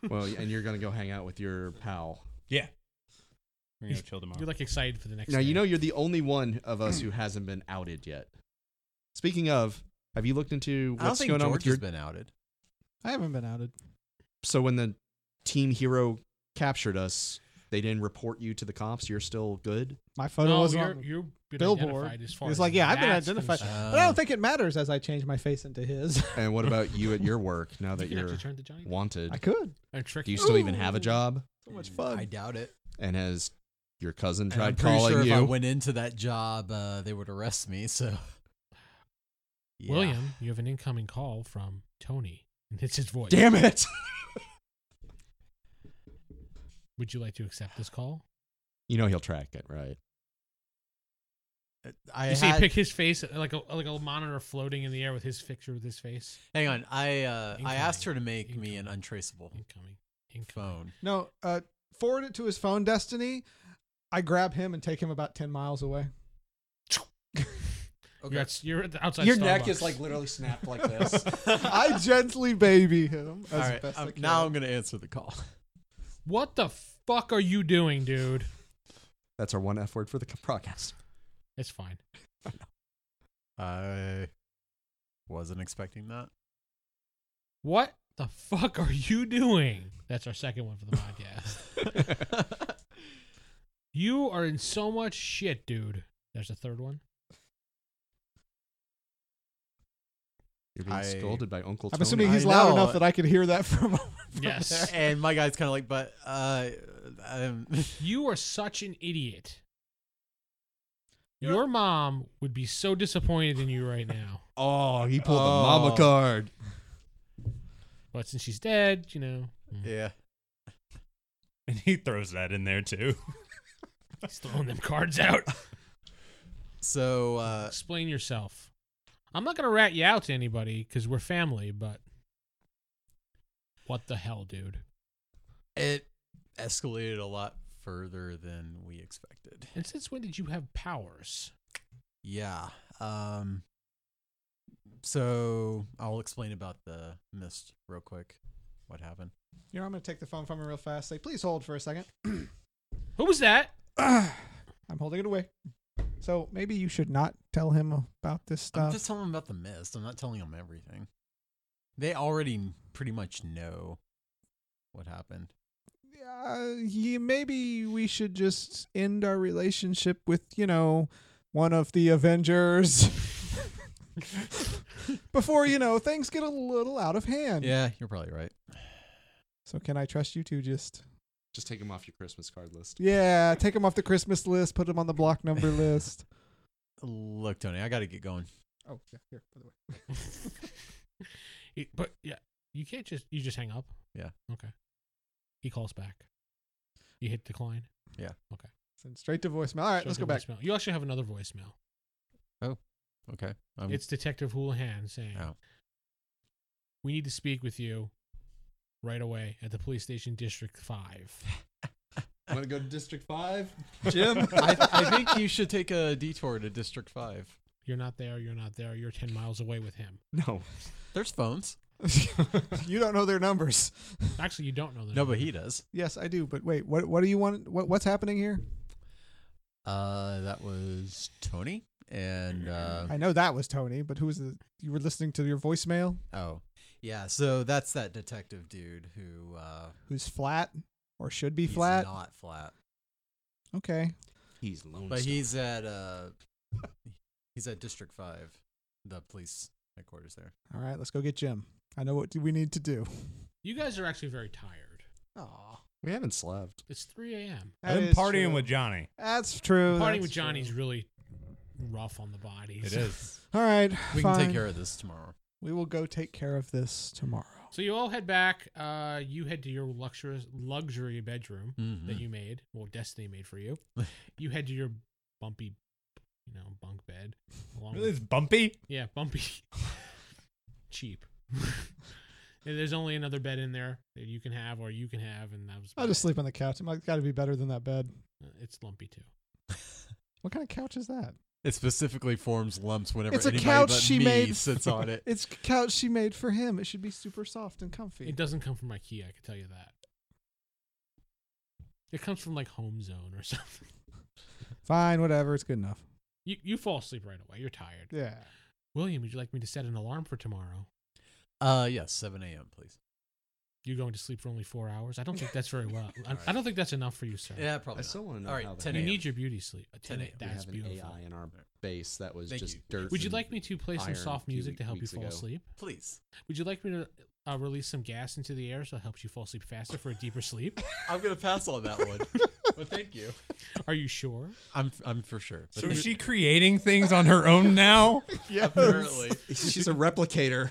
B: Well, and you're gonna go hang out with your pal.
C: We're gonna go chill tomorrow.
A: You're like excited for the next.
B: Now you
A: thing.
B: know you're the only one of us who hasn't been outed yet. Speaking of, have you looked into
F: I don't
B: what's
F: think
B: going on with
F: George
B: your?
F: has been outed.
E: I haven't been outed.
B: So when the team hero captured us, they didn't report you to the cops. You're still good.
E: My photo
A: no,
E: was
A: you're,
E: on.
A: you've been
E: billboard.
A: identified as far
E: It's
A: as
E: like, yeah, I've been
A: that's
E: identified.
A: concerned.
F: Um,
E: but I don't think it matters as I change my face
A: <laughs>
E: into his.
B: And what about you at your work now
A: You
B: that
A: can
B: you're
A: actually turn to Johnny. Depp.
B: wanted?
E: I could.
A: And trick
B: Do you
A: him.
B: still even have a job?
E: So much fun.
F: I doubt it.
B: And has your cousin
F: And I'm
B: tried
F: pretty
B: calling
F: sure if I
B: you?
F: went into that job, uh, they would arrest me. So,
A: <laughs>
F: Yeah.
A: William, you have an incoming call from Tony, and it's his voice.
B: Damn it!
A: Would you like to accept this call?
B: You know he'll track it, right?
F: I
A: you see,
F: had-
A: pick his face like a like a monitor floating in the air with his picture with his face.
F: hang on. I uh, I asked her
A: Incoming.
F: to make me an
A: Incoming.
F: untraceable
A: Incoming, incoming.
F: phone.
E: No, uh, forward it to his phone, Destiny. I grab him and take him about ten miles away.
A: You're, at, you're at the outside. Starbucks.
B: literally
C: <laughs>
B: snapped like
E: I gently baby him. As
F: All right.
E: best I
B: um,
F: I'm-
E: can.
F: now I'm gonna answer the call. <laughs>
A: What the fuck are you doing, dude?
B: That's our one F word for the podcast.
A: It's fine.
F: I wasn't
B: <laughs>
F: expecting that.
A: What the fuck are you doing? That's our second one for the podcast.
F: <laughs>
A: you are in so much shit, dude. There's a third one.
B: You're being
F: I-
B: scolded by Uncle Tony.
E: I'm assuming he's
F: I
E: loud
F: know.
E: enough that I can hear that <laughs> from.
A: Yes.
F: and my guy's kind of like, but uh, um,
A: <laughs> You are such an idiot. Your mom would be so disappointed in you right now.
B: Oh, he pulled
D: Oh.
B: the mama card.
A: But since she's dead, you know,
F: <laughs> Yeah.
C: And he throws that in there
E: <laughs>
C: too.
A: he's throwing them <laughs> cards out.
F: So uh,
A: Explain yourself. I'm not gonna rat you out to anybody because we're family, but what the hell, dude?
F: it escalated a lot further than we expected.
A: And since when did you have powers?
F: Yeah. Um so I'll explain about the mist real quick. What happened?
E: You know, I'm going to take the phone from her real fast. Say, please hold for a second.
A: Who was that?
E: <laughs> <sighs> I'm holding it away. So maybe you should not tell him about this
F: I'm
E: stuff.
F: just telling them about the mist. I'm not telling them everything. They already n- pretty much know what happened.
E: uh, yeah, maybe we should just end our relationship with, you know, one of the Avengers. <laughs> Before, you know, things get a little out of hand.
F: Yeah, you're probably right.
E: So can I trust you to just
B: Just take him off your Christmas card list.
E: Yeah, take him off the Christmas list, put him on the block <laughs> number list.
F: Look, Tony, I got to get going.
E: Oh, yeah, here, by the way.
A: It- but yeah, you can't just you just hang up.
F: Yeah.
A: Okay. He calls back. You hit decline.
E: Send straight to voicemail. All right,
A: Shows
E: let's
A: the
E: go back.
A: Voicemail. You actually have another voicemail.
F: Okay.
E: Um,
F: I'm,
A: It's Detective Houlihan saying,
F: Oh.
A: "We need to speak with you right away at the police station, District Five.
B: Want to go to District Five?
D: Jim?
F: <laughs> I, I think you should take a detour to District 5.
A: You're not there. You're not there. You're ten miles away with him.
B: No.
F: There's phones.
E: <laughs> you don't know their numbers.
A: Actually, you don't know that.
F: No, but he does.
E: Yes, I do, but wait, what what do you want what what's happening here?
F: Uh, that was Tony and uh,
E: I know that was Tony, but who was the you were listening to your voicemail?
F: oh yeah, so that's that detective dude who uh,
E: Who's flat or should be
F: he's
E: flat?
F: not flat,
E: Okay.
B: He's lonely.
F: but he's at <laughs> uh, he's at District Five, the police headquarters there.
E: All right, let's go get Jim. I know what we need to do.
A: You guys are actually very tired.
E: Aw.
B: we haven't slept.
A: It's 3 a.m.
E: That
C: I'm
E: is
C: partying
E: true.
C: with Johnny.
E: That's true.
A: Partying
E: Oh, that's
A: with Johnny's
E: true.
A: really rough on the body. <laughs>
C: It is. <laughs>
E: All right.
F: We
E: fine.
F: can take care of this tomorrow.
E: We will go take care of this tomorrow.
A: So you all head back. Uh, you head to your luxurious luxury bedroom that
F: Mhm.
A: you made. Well, Destiny made for
F: <laughs>
A: you. you head to your bumpy, you know, bunk
F: <laughs>
A: bed. Along
C: Really, it's bumpy.
A: Yeah, bumpy. <laughs> Cheap. <laughs> And there's only another bed in there that you can have or you can have, and that was. Uh,
E: I'll just sleep on the couch. It's got to be better than that bed.
A: It's lumpy too.
E: What kind of couch is that?
F: It specifically forms lumps whenever
E: It's a
F: anybody
E: couch
F: but
E: she
F: me
E: made.
F: sits on it.
E: It's a couch she made for him. It should be super soft and comfy.
A: It doesn't come from IKEA, I can tell you that. It comes from like Home Zone or <laughs> something.
E: Fine, whatever. It's good enough.
A: You you fall asleep right away. You're tired.
E: Yeah.
A: William, would you like me to set an alarm for tomorrow?
F: <laughs> Uh, yes, 7 a.m. please.
A: You're going to sleep for only four hours. I don't think that's very well. I, I don't think that's enough for you, sir.
F: Yeah,
B: I
F: probably. not.
B: still want to know
F: All right,
B: how the
F: 10
A: You
B: heck
F: a.m.
A: need your beauty sleep. A ten.
F: 10 a.m.
B: we
A: That's
B: have an
A: beautiful.
B: AI in our base that was
F: Thank
B: just
F: you.
B: dirt.
A: Would you
B: and-
A: like me to play some
B: iron
A: soft
B: a few
A: music to help you
B: weeks
A: fall
B: ago.
A: asleep?
F: Please.
A: Would you like me to uh, release some gas into the air so it helps you fall asleep faster for a deeper <laughs> sleep?
F: I'm gonna pass on that <laughs> one. but thank you.
A: Are you sure?
F: I'm I'm for sure. But
C: So is she creating things on her own <laughs> now?
F: apparently.
B: <laughs> She's a replicator,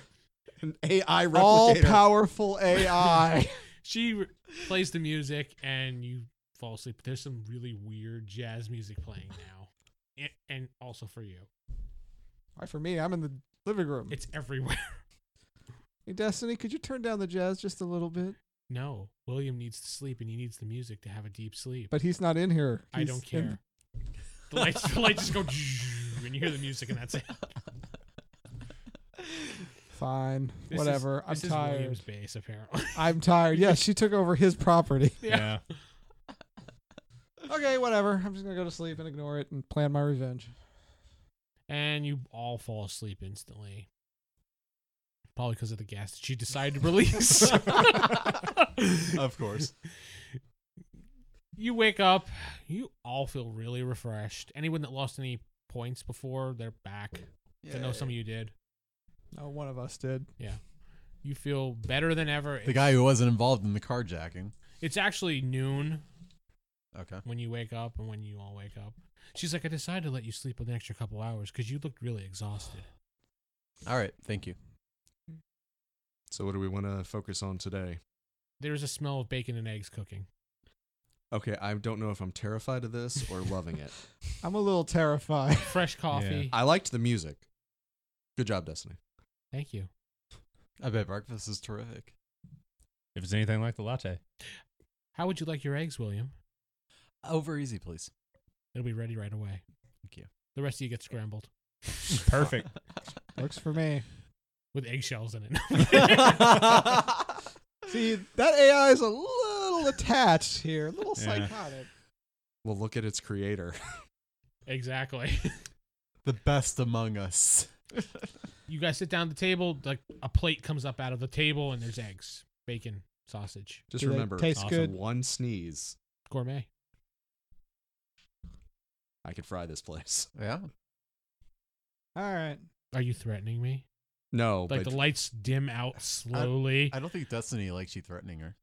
B: an AI replicator.
E: All powerful AI.
A: She re- plays the music and you fall asleep. There's some really weird jazz music playing now. And, and also for you,
E: Why for me? I'm in the living room.
A: it's everywhere. <laughs>
E: Hey, Destiny, could you turn down the jazz just a little bit?
A: No, William needs to sleep and he needs the music to have a deep sleep.
E: But he's not in here.
A: I
E: He's
A: don't
E: in-
A: care. The lights, the lights just go <laughs> and you hear the music and that's it.
E: Fine.
A: This is-
E: whatever. I'm
A: this is
E: tired.
A: William's base apparently.
E: <laughs>
A: <laughs>
E: I'm tired. Yes, she took over his property.
A: Yeah.
E: <laughs> okay, whatever. I'm just gonna go to sleep and ignore it and plan my revenge.
A: and you all fall asleep instantly. Probably because of the gas that she decided to
E: <laughs>
A: release.
F: <laughs>
A: <laughs>
F: of course.
A: you wake up, you all feel really refreshed. Anyone that lost any points before, they're back. I know some of you did.
E: No, one of us did.
A: You feel better than ever.
F: The guy who wasn't involved in the carjacking.
A: It's actually noon
F: Okay.
A: when you wake up and when you all wake up. She's like, I decided to let you sleep an extra couple hours because you looked really exhausted.
F: All right, thank you.
B: So, what do we want to focus on today?
A: There's a smell of bacon and eggs cooking.
B: Okay, I don't know if I'm terrified of this or loving
A: <laughs>
B: it.
E: I'm a little terrified. <laughs>
A: Fresh coffee.
B: I liked the music. Good job, Destiny.
A: Thank you.
D: I bet breakfast is terrific.
C: If it's anything like the latte,
A: How would you like your eggs, William?
F: Over easy, <laughs> please.
A: It'll be ready right away.
F: Thank you.
A: The rest of you get scrambled
C: perfect.
E: Works for me.
A: with eggshells in it. <laughs>
E: See, that AI is a little attached here, a little
C: Yeah.
E: psychotic.
B: Well, look at its creator. <laughs>
A: exactly.
F: the best among us.
A: You guys sit down at the table. Like a plate comes up out of the table, and there's eggs, bacon, sausage,
B: Just
E: Do they
B: remember,
E: taste
B: awesome.
E: good?
B: one sneeze,
A: gourmet.
B: I could fry this place.
F: Yeah.
E: All right.
A: Are you threatening me?
B: No,
A: Like
B: but
A: the lights dim out slowly.
F: I don't think Destiny likes you threatening her.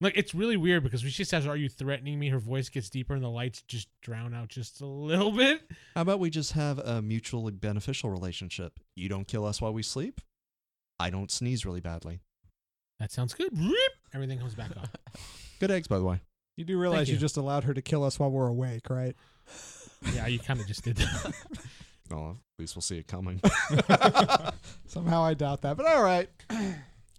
A: Like it's really weird because when she says, "Are you threatening me?" Her voice gets deeper, and the lights just drown out just a little bit.
B: how about we just have a mutually beneficial relationship? You don't kill us while we sleep. I don't sneeze really badly.
A: That sounds good. Reep. Everything comes back
B: <laughs>
A: up.
B: Good eggs, by the way.
E: You do realize you.
A: you.
E: just allowed her to kill us while we're
A: <laughs>
E: awake, right? <laughs>
A: yeah, you kind of just did
B: <laughs>
A: that.
B: Oh, at least we'll see it coming.
E: Somehow I doubt that, but all right.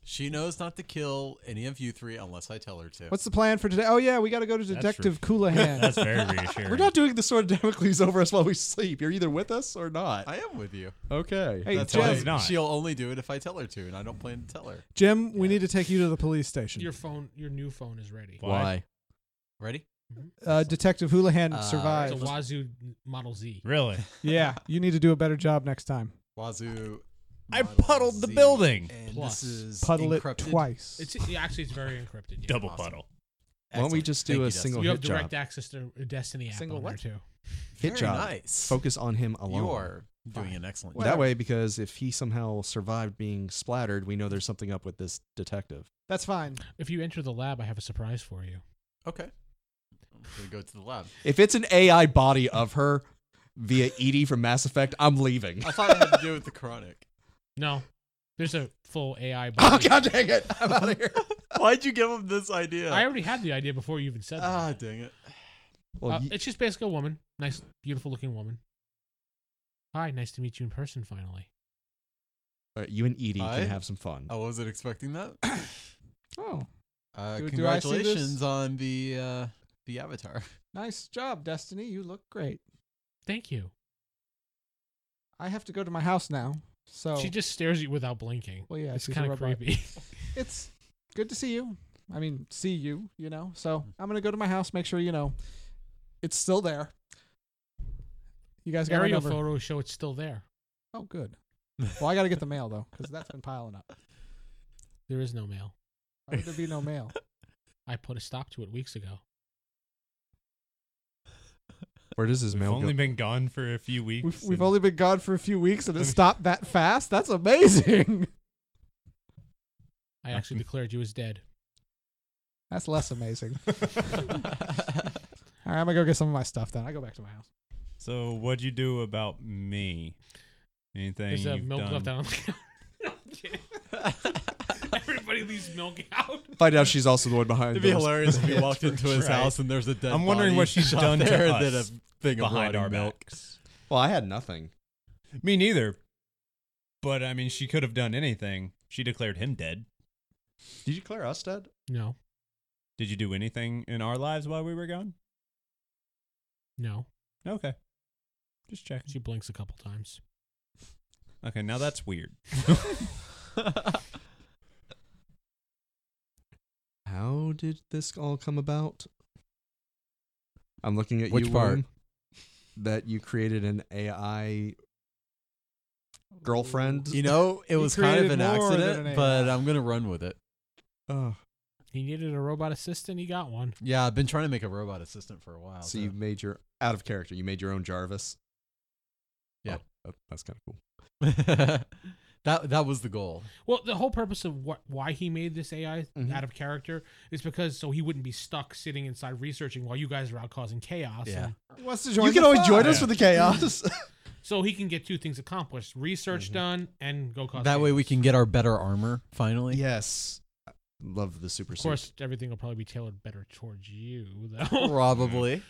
F: She knows not to kill any of you three unless I tell her to.
E: What's the plan for today? Oh yeah, we got to go to Detective Coulihan.
C: <laughs> <laughs>
A: <laughs>
C: That's very reassuring.
B: <laughs> We're not doing the sword of Damocles over us while we sleep. You're either with us or not.
F: I am with you.
B: okay.
E: hey
F: That's
C: why
E: Jim,
C: it's not.
F: She'll only do it if I tell her to, and I don't plan to tell her.
E: Jim, we need to take you to the police station.
A: your phone, your new phone is ready.
B: Why?
F: Ready?
E: uh, Detective Houlihan
F: Uh,
A: It's a
E: survived.
A: Wazoo Model Z.
C: Really?
E: yeah, you need to do a better job next time.
F: Wazoo.
C: I
F: Model
C: puddled the
F: Z,
C: building.
F: And
A: Plus.
F: this is
E: Puddle
F: encrypted.
E: it twice.
A: It's yeah, actually it's very encrypted. Yeah.
C: Double
F: Awesome.
C: puddle.
B: Why don't we
F: Excellent.
B: just do
F: Thank
B: a
F: you,
B: single
A: You
B: hit
A: have direct
B: job.
A: access to a Destiny app
B: Single
A: on
B: what?
A: there too.
F: Dustin.
B: Hit
F: Very
B: job.
F: Nice.
B: Focus on him alone.
F: You are doing an excellent
B: That
F: job.
B: way, because if he somehow survived being splattered, we know there's something up with this detective.
E: That's fine.
A: If you enter the lab, I have a surprise for you.
F: Okay. I'm gonna go to the lab.
B: If it's an AI body of her via Edie from Mass Effect, I'm leaving.
F: I thought it had to do with the chronic.
A: No, there's a full AI.
B: <laughs> Oh,
A: body.
B: God dang it. I'm out of <laughs> here.
F: Why'd you give him this idea?
A: I already had the idea before you even said that.
F: ah, dang it.
B: Well,
A: Uh,
B: ye-
A: it's just basically a woman, nice, beautiful looking woman. Hi, nice to meet you in person finally.
B: all right, you and Edie
F: I-
B: can have some fun.
F: I wasn't expecting that.
E: Oh,
F: Uh,
E: Do- do I see this?
F: congratulations on the uh, the avatar.
E: nice job, Destiny. You look great.
A: Thank you.
E: I have to go to my house now. So
A: She just stares at you without blinking.
E: Oh. well, yeah,
A: it's
E: she's a
A: kind of
E: robot.
A: creepy.
E: It's good to see you. I mean, see you, you know.
A: Hmm.
E: So I'm gonna go to my house, make sure you know it's still there. You guys got my
A: Aerial
E: number.
A: photos show it's still there.
E: Oh, good. Well, I gotta get the mail though, because that's been piling up.
A: There is no mail.
E: Why would there be no mail? <laughs>
A: I put a stop to it weeks ago.
B: Where does his
C: We've
B: mail go?
C: only been gone for a few weeks.
E: We've,
C: and
E: we've only been gone for a few weeks and it stopped that fast. That's amazing. <laughs>
A: I actually declared you as dead.
E: That's less amazing. All right, I'm gonna go get some of my stuff then. I go back to my house.
C: So what'd you do about me? Anything
A: There's a
C: you've
A: milk
C: done?
A: left out on the counter. <laughs> I'm kidding. Everybody leaves milk out.
B: <laughs> Find out she's also the one behind
F: It'd be
B: those- <laughs>
F: hilarious if you walked
C: for
F: into his
C: try.
F: house and there's a dead.
C: I'm wondering
F: body
C: what she's
F: shot
C: done to
F: there
C: us
F: and then a thing
C: behind
F: of
C: our
F: rotting milk.
C: backs.
B: Well, I had nothing.
C: Me neither. But I mean, she could have done anything. She declared him dead.
B: Did you declare us dead?
A: No,
C: Did you do anything in our lives while we were gone?
A: no.
C: Okay. Just check.
A: She blinks a couple times.
C: Okay, now that's weird.
B: How did this all come about? I'm looking at
F: Which
B: you,
F: part?
B: William, that you created an AI girlfriend.
F: You know, it
E: You
F: was kind of an
E: created more than
F: accident,
E: an
F: but
E: AI.
F: I'm gonna run with it.
B: Ugh.
A: He needed a robot assistant. He got one.
F: Yeah, I've been trying to make a robot assistant for a while.
B: so you made your out of character. You made your own Jarvis.
F: Yeah.
B: Oh, that- that's kind of cool.
F: so- <laughs> That that was the goal.
A: Well, the whole purpose of what why he made this AI
B: Mhm.
F: Mm-hmm.
A: out of character is because so he wouldn't be stuck sitting inside researching while you guys are out causing chaos.
F: Yeah.
A: and-
B: He wants to join
E: You can
B: the
E: always
B: fun.
E: join
C: us
B: Yeah.
C: for
E: the chaos.
F: <laughs>
A: So he can get two things accomplished: research done and go cause.
F: Mm-hmm. That way
A: chaos.
F: we can get our better armor finally.
B: Yes. Love the super
A: Of course, everything will probably be tailored better towards you, <laughs>
F: <laughs>
A: though.
F: Probably.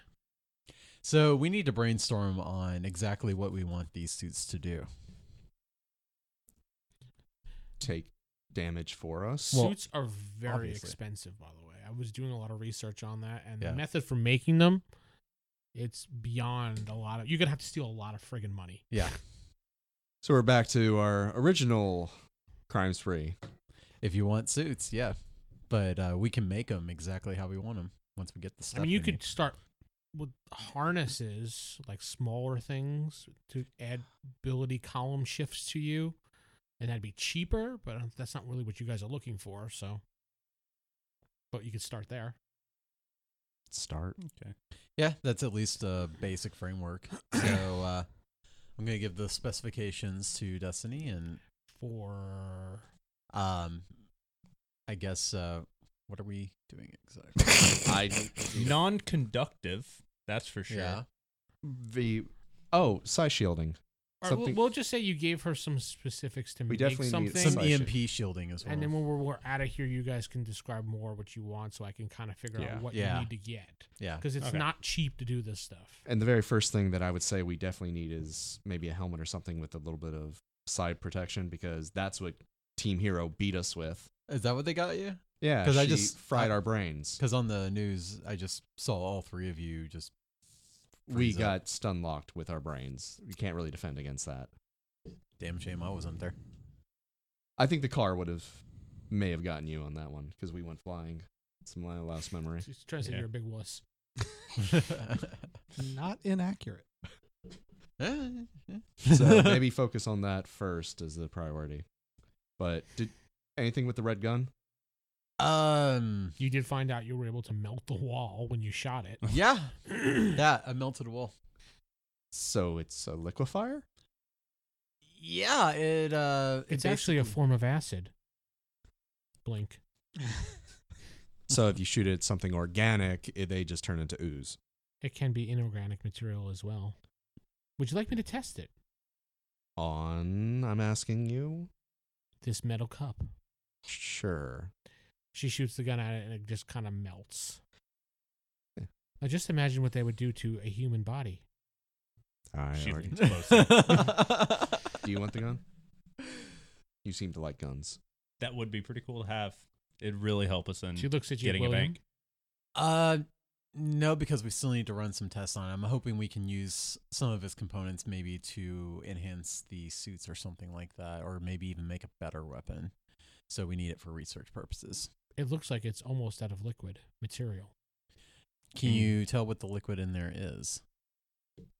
F: <clears throat> so we need to brainstorm on exactly what we want these suits to do.
B: take damage for us.
F: Well,
A: Suits are very
F: obviously.
A: expensive, by the way. I was doing a lot of research on that, and
F: Yeah.
A: the method for making them, it's beyond a lot of. You're gonna have to steal a lot of friggin' money.
F: Yeah.
B: so we're back to our original crime spree.
F: If you want suits, yeah. But uh, we can make them exactly how we want them once we get the stuff.
A: I mean, you
F: we
A: could
F: need.
A: start with harnesses, like smaller things, to add ability column shifts to you, and that'd be cheaper. But um, that's not really what you guys are looking for. So, but you could start there.
B: Start.
F: Yeah, that's at least a basic
A: <clears throat>
F: framework. so uh, I'm gonna give the specifications to Destiny, and
A: For
F: um, I guess uh, what are we doing exactly?
C: <coughs>
A: <laughs>
B: I
C: Non-conductive. That's for sure.
F: Yeah.
B: the oh psi shielding.
A: or we'll,
B: Something-
A: we'll just say you gave her some specifics to
B: We
A: make
B: definitely need
A: something.
F: Some
B: Side
F: EMP shielding as well.
A: and then when we're, we're out of here, you guys can describe more what you want, so I can kind of figure
B: Yeah.
A: out what
F: Yeah.
A: you need to get
F: yeah.
A: because it's
C: Okay.
A: not cheap to do this stuff.
B: And the very first thing that I would say we definitely need is maybe a helmet or something with a little bit of side protection because that's what Team Hero beat us with.
F: Is that what they got you?
B: Yeah,
F: 'Cause I
B: she
F: just-
B: fried
F: I-
B: our brains.
F: Because on the news, I just saw all three of you just.
B: We
F: freeze up.
B: got stun locked with our brains. You can't really defend against that.
F: Damn shame I wasn't there. <laughs>
B: I think the car would have may have gotten you on that one because we went flying. It's my last memory.
A: She's trying to say
C: Yeah.
A: you're a big wuss.
E: Not inaccurate.
C: <laughs>
B: So maybe focus on that first as the priority. But did anything with the red gun?
F: um.
A: You did find out you were able to melt the wall when you shot it.
F: <coughs> Yeah. That a melted wall.
B: So it's a liquefier?
F: Yeah. It. Uh. it
A: It's actually a
F: basically-
A: form of acid. Blink.
B: So if you shoot it at something organic, it, they just turn into ooze.
A: It can be inorganic material as well. Would you like me to test it?
B: On, I'm asking you?
A: This metal cup.
B: Sure.
A: She shoots the gun at it and it just kind of melts.
B: Yeah.
A: Now just imagine what they would do to a human body.
B: I
C: Shoot <laughs>
B: already-
C: it explosive.
B: Do you want the gun? You seem to like guns.
C: that would be pretty cool to have. It'd really help us in
A: She looks at you,
C: getting
A: William.
C: a bank.
F: <laughs> Uh, no, because we still need to run some tests on it. I'm hoping we can use some of his components maybe to enhance the suits or something like that, or maybe even make a better weapon. So we need it for research purposes.
A: It looks like it's almost out of liquid material.
F: Can you tell what the liquid in there is?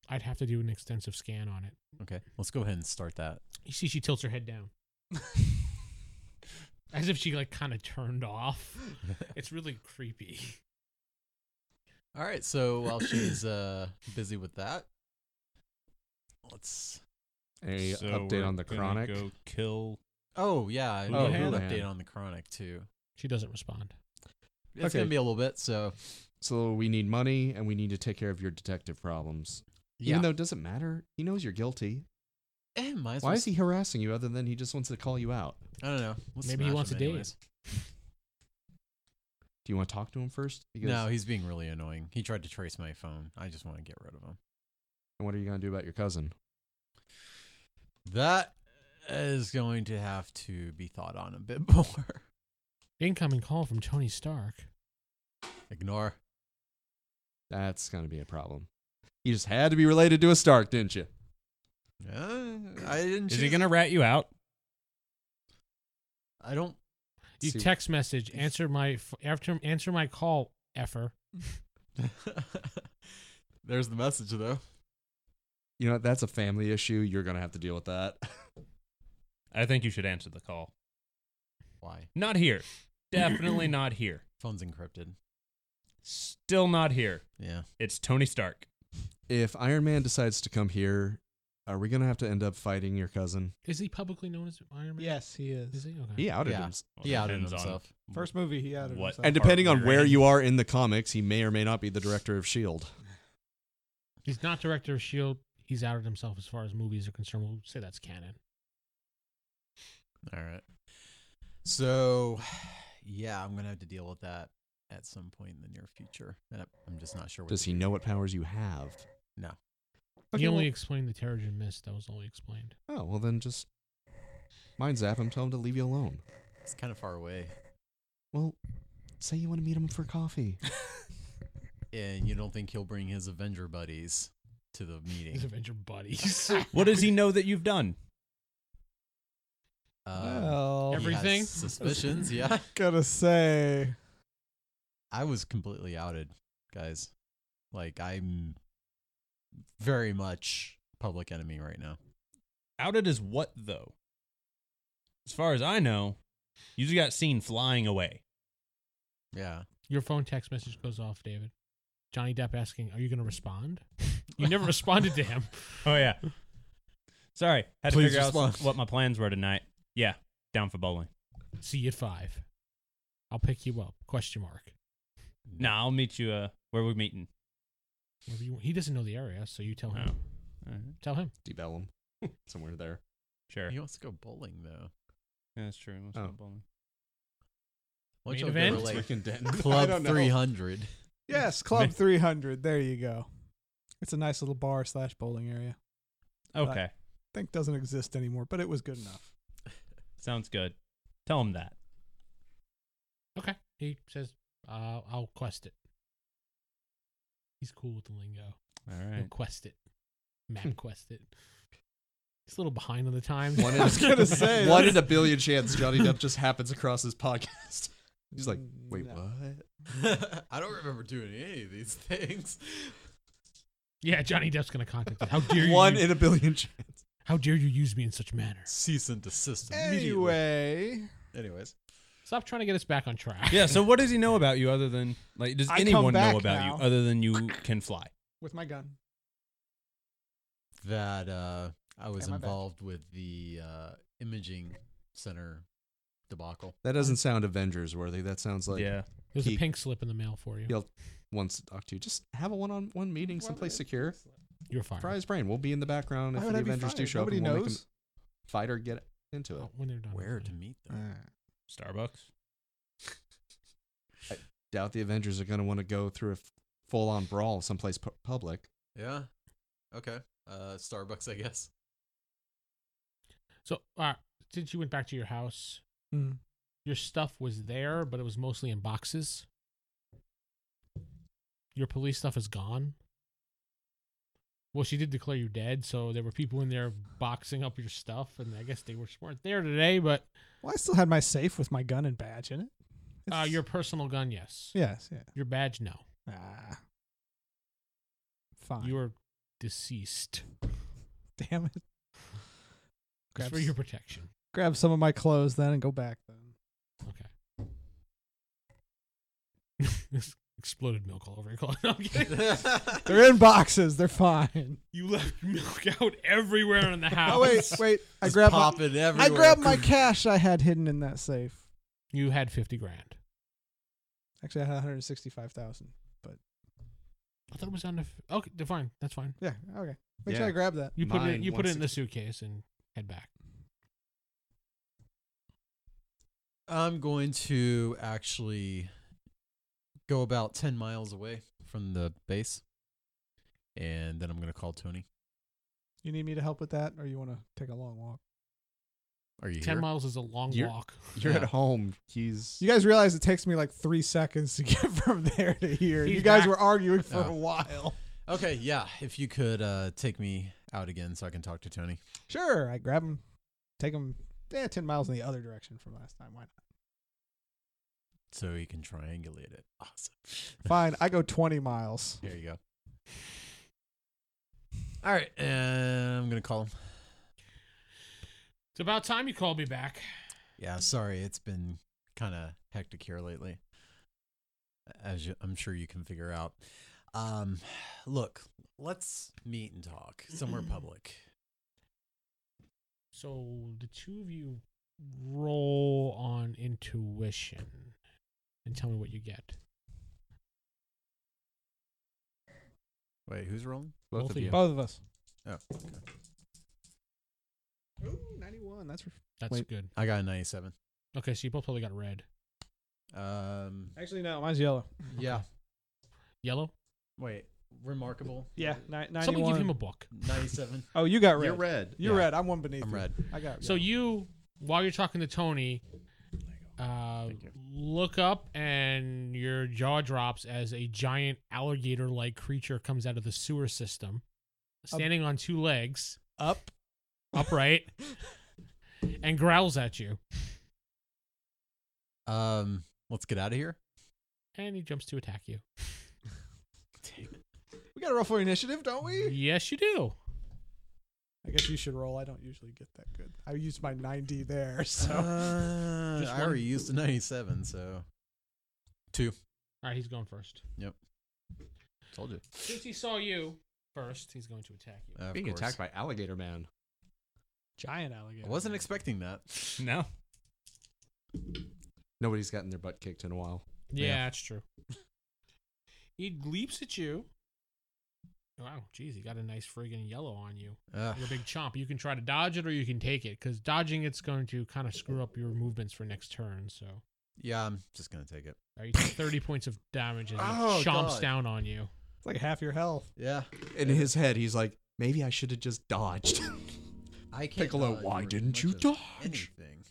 A: I'd have to do an extensive scan on it.
F: Okay, let's go ahead and start that.
A: You see, she tilts her head down. As if she like kind of turned off.
F: <laughs>
A: It's really creepy.
F: <laughs> All right, so while she's uh busy with that, let's.
B: A
C: So
B: update
C: we're
B: on the
C: gonna
B: chronic.
C: Go kill.
F: Oh yeah, I
B: Oh,
F: need an
B: Houlihan.
F: update on the chronic too.
A: She doesn't respond.
F: It's
B: Okay.
F: gonna be a little bit, so
B: So we need money and we need to take care of your detective problems.
F: yeah.
B: Even though it doesn't matter, he knows you're guilty.
F: Eh, might as
B: Why
F: well
B: is he harassing you other than he just wants to call you out?
F: I don't know. Let's
A: Maybe he
F: smash
A: wants
F: him
A: a date.
F: anyways.
B: Do you want to talk to him first? Because-
F: No, he's being really annoying. He tried to trace my phone. I just want to get rid of him.
B: And what are you going to do about your cousin?
F: That is going to have to be thought on a bit <laughs> more.
A: Incoming call from Tony Stark.
F: Ignore.
B: That's going to be a problem. You just had to be related to a Stark, didn't you?
F: Uh, I didn't.
C: Is he
F: choose-
C: gonna rat you out?
F: I don't.
A: You
B: See-
A: text message. Answer my f- after. Answer my call, effer.
F: <laughs> There's the message though.
B: You know, that's a family issue. You're going to have to deal with that. <laughs>
C: I think you should answer the call.
F: Why?
C: Not <clears throat> here. Definitely not here.
F: Phone's encrypted.
C: Still not here.
F: Yeah.
C: It's Tony Stark.
B: if Iron Man decides to come here, Are we gonna have to end up fighting your cousin?
A: Is he publicly known as Iron Man?
E: <laughs> Yes, he
A: Is
E: is.
A: he? Okay.
B: He outed
F: Yeah.
B: him.
C: Well,
F: He outed
C: depends on
F: himself.
E: First movie he had.
C: What?
B: And
C: Part
B: depending on
C: we're
B: where
C: in.
B: you are in the comics, he may or may not be the director of Shield.
A: He's not director of S.H.I.E.L.D. E He's outed himself as far as movies are concerned. We'll say that's canon.
F: All right. So, yeah, I'm gonna have to deal with that at some point in the near future, and I- I'm just not sure. What
B: Does
F: to
B: he
F: do.
B: know what powers you have?
F: No.
A: he
B: Okay,
A: only
B: well-
A: explained the Terrigen Mist. That was only explained.
B: oh well, then just mind zap him. Tell him to leave you alone.
F: It's kind of far away,
B: Well, say you want to meet him for
F: <laughs>
B: coffee.
F: and you don't think he'll bring his Avenger buddies to the
A: <laughs> His
F: meeting?
A: Avenger
B: <laughs>
A: buddies.
C: What does he know that you've done?
F: Um,
E: well,
F: he has
A: Everything?
F: suspicions. Yeah,
E: gotta say,
F: I was completely outed, guys. Like I'm very much public enemy right now.
C: Outed as what though? As far as I know, you just got seen flying away.
F: Yeah,
A: Your phone text message goes off, David. Johnny Depp asking, "Are you going to respond?" <laughs> You never responded to
B: <laughs>
A: him.
C: Oh yeah. Sorry, had
F: Please
C: to figure
F: respond.
C: out what my plans were tonight. Yeah, down for bowling.
A: See you at five. I'll pick you up. Question mark.
C: Nah, I'll meet you. Uh, where we meeting?
A: Whatever you want. He doesn't know the area, so you tell him.
C: Oh. All right.
A: Tell him.
B: Debell him somewhere there.
C: Sure.
F: he wants to go bowling though.
C: Yeah, that's true. Let's
B: Oh.
C: go bowling.
F: Why
A: Main
F: don't y'all go
A: event?
F: to, like,
E: <laughs>
F: <laughs>
E: I
F: Club
E: don't know.
F: 300.
E: yes, Club 300. There you go. It's a nice little bar slash bowling area.
C: Okay,
E: I think doesn't exist anymore, but it was good enough.
C: sounds good. Tell him that.
A: Okay. He says, uh, "I'll quest it." He's cool with the lingo.
C: All <laughs>
A: He'll
C: right.
A: quest it. Map quest it. He's a little behind on the times.
B: One in-
E: I was <laughs> gonna say
B: One in a billion chance Johnny Depp just happens across his
E: <laughs>
B: podcast. He's like, wait,
E: <laughs> No.
B: what?
D: I don't remember doing any of these things.
A: <laughs> Yeah, Johnny Depp's gonna contact. Him. How dare you?
B: One in a billion chance.
A: how dare you use me in such manner?
F: Cease and desist immediately.
E: Anyway,
F: Anyways.
A: Stop trying to get us back on track.
C: Yeah. So, what does he know about you other than like? Does
E: I come
C: anyone know
E: back
C: about
E: now.
C: you other than you can fly?
E: with my gun.
F: That uh, I was
E: Okay, my bad.
F: involved with the uh, imaging center debacle.
B: That doesn't sound Avengers worthy. That sounds like
C: yeah.
A: There's
B: He-
A: a pink slip in the mail for you.
B: Yo- once to talk to you. Just have a one-on-one meeting someplace secure.
A: You're fired.
B: Fry his brain. We'll be in the background if
E: Why
B: the
E: would I be
B: Avengers do
E: fired?
B: show
E: Nobody
B: up. and We'll make
E: knows.
B: him fight or get into it.
A: Oh, when they're done.
F: Where
A: okay.
F: to meet
E: Uh,
F: them?
C: Starbucks.
B: Doubt the Avengers are going to want to go through a f- full-on brawl someplace pu- public.
D: Yeah.
F: Okay. Uh, Starbucks, I
E: <laughs>
F: guess.
A: So, uh, since you went back to your house,
E: Mm.
A: your stuff was there, but it was mostly in boxes. Your police stuff is gone. Well, she did declare you dead, so there were people in there boxing up your stuff, and I guess they were weren't there today, but
E: Well, I still had my safe with my gun and badge in it.
A: uh,
E: It's-
A: your personal gun, yes.
E: <laughs> yes, yeah.
A: Your badge, no.
E: Ah, fine.
A: You are deceased.
E: <laughs> damn it.
A: It's
E: Grab,
A: for
E: s-
A: your protection. <laughs>
E: grab some of my clothes then and go back. Then
A: Okay. This exploded milk all over your clothes. <laughs> No, I'm
E: <laughs>
A: kidding.
E: they're in boxes. They're fine.
A: you left milk out everywhere in the house.
E: Oh wait, wait. I
D: Just
E: grabbed my,
D: popping everywhere.
E: I grabbed <laughs> my cash I had hidden in that safe.
A: You had fifty grand.
E: Actually, I had 165,000.
A: I thought it was on the. F- okay, th- fine. That's fine.
E: Yeah. Okay. Make
B: Yeah.
E: sure I grab that.
A: You put it.
B: Mine
A: You put it in the suitcase and head back.
F: I'm going to actually go about 10 miles away from the base, and then I'm going to call Tony.
E: You need me to help with that, or you want to take a long walk?
F: Are you
A: Ten
F: here?
A: miles is a long
B: You're-
A: walk.
B: <laughs> You're at
F: Yeah.
B: home. He's
E: You guys realize it takes me like three seconds to <laughs> get from there to here.
A: He's
E: you guys
A: back.
E: were arguing for
F: Yeah.
E: a while.
F: Okay, yeah. If you could uh, take me out again so I can talk to Tony.
E: Sure, I grab him, take him, yeah, ten miles in the other direction from last time. Why not?
F: so he can triangulate it. <laughs> Awesome.
E: Fine, I go twenty miles.
F: There you go. All right, and I'm gonna call him.
A: It's about time you called me back.
F: Yeah, sorry, it's been kind of hectic here lately, as you, I'm sure you can figure <sighs> out. Um, look, let's meet and talk somewhere public.
A: So the two of you roll on intuition and tell me what you get.
F: Wait, who's rolling?
A: Both of you.
E: Both of us.
F: Oh, okay.
E: Ooh, 91. That's
A: That's
E: Wait.
A: good.
F: I got a 97.
A: Okay, so you both probably got red,
F: Um,
E: <laughs> actually no. Mine's yellow.
B: Yeah.
A: yellow.
F: wait, remarkable.
E: Yeah, ni-
A: Somebody give him a
E: 91.
A: book.
F: 97.
E: Oh, you got red.
B: You're red.
E: You're
F: Yeah.
E: red. I'm one beneath.
F: I'm
E: you.
F: red.
E: I got.
A: So you, while you're talking to Tony, uh, look up and your jaw drops as a giant alligator-like creature comes out of the sewer system, standing on two legs,
E: up.
A: upright, and growls at you.
F: Um, let's get out of here.
A: And he jumps to attack you.
E: We got to roll for initiative, don't we?
A: Yes, you do.
E: I guess you should roll. I don't usually get that good. I used my 90
F: <laughs>
E: there, <laughs> so
F: Uh,
A: Just
F: I
A: one.
F: already used a 97, so
A: All right, he's going first.
F: told you.
A: Since he saw you first, he's going to attack you.
F: Uh, of
B: Being
F: course.
B: attacked by alligator man.
E: giant alligator.
F: I wasn't expecting that.
C: No.
B: Nobody's gotten their butt kicked in a while.
A: yeah,
F: yeah.
A: that's true. He leaps at you. Wow, jeez, he got a nice friggin' yellow on you.
F: Ugh.
A: You're a
F: <sighs>
A: big chomp. You can try to dodge it or you can take it because dodging it's going to kind of screw up your movements for next turn. So
F: yeah, I'm just gonna take it.
A: All right, you
F: <laughs>
A: take 30 points of damage as it
F: Oh,
A: chomps
F: God.
A: down on you.
E: It's like half your health.
F: Yeah,
B: In his head, he's like, maybe I should have just dodged. <laughs>
F: I can't.
B: Piccolo,
F: dodge
B: why
F: very
B: didn't you
F: much of
B: dodge?
F: Anything,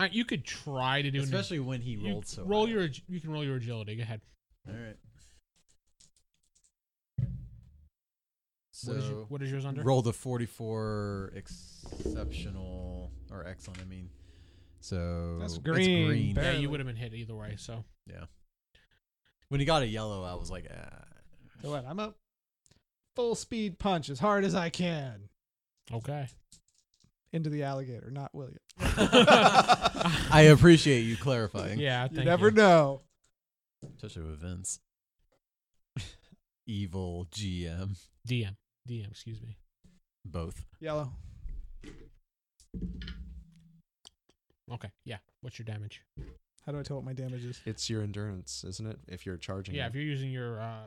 A: All right, you could try to do an-
F: especially when he
A: you
F: rolled so.
A: roll
F: high.
A: your ag- you can roll your agility. Go ahead.
F: All right. So
A: what, is your, what is yours under?
F: rolled a 44 exceptional or excellent. I mean, so
E: That's
F: it's
E: green,
A: yeah,
E: barely.
A: you would have been hit either way. So
F: When he got a yellow, I was like,
A: <laughs>
F: ah.
E: So what? I'm up. Full speed punch as hard as I can
A: okay.
E: into the alligator, not William.
F: I appreciate you clarifying,
A: Yeah,
E: You
A: thank
E: never know.
F: especially with Vince. <laughs> Evil GM,
A: DM. DM, excuse me.
F: both.
E: Yellow.
A: Okay, yeah. What's your damage?
E: How do I tell what my damage is?
B: it's your endurance, isn't it? If you're charging.
A: Yeah,
B: it.
A: if you're using your uh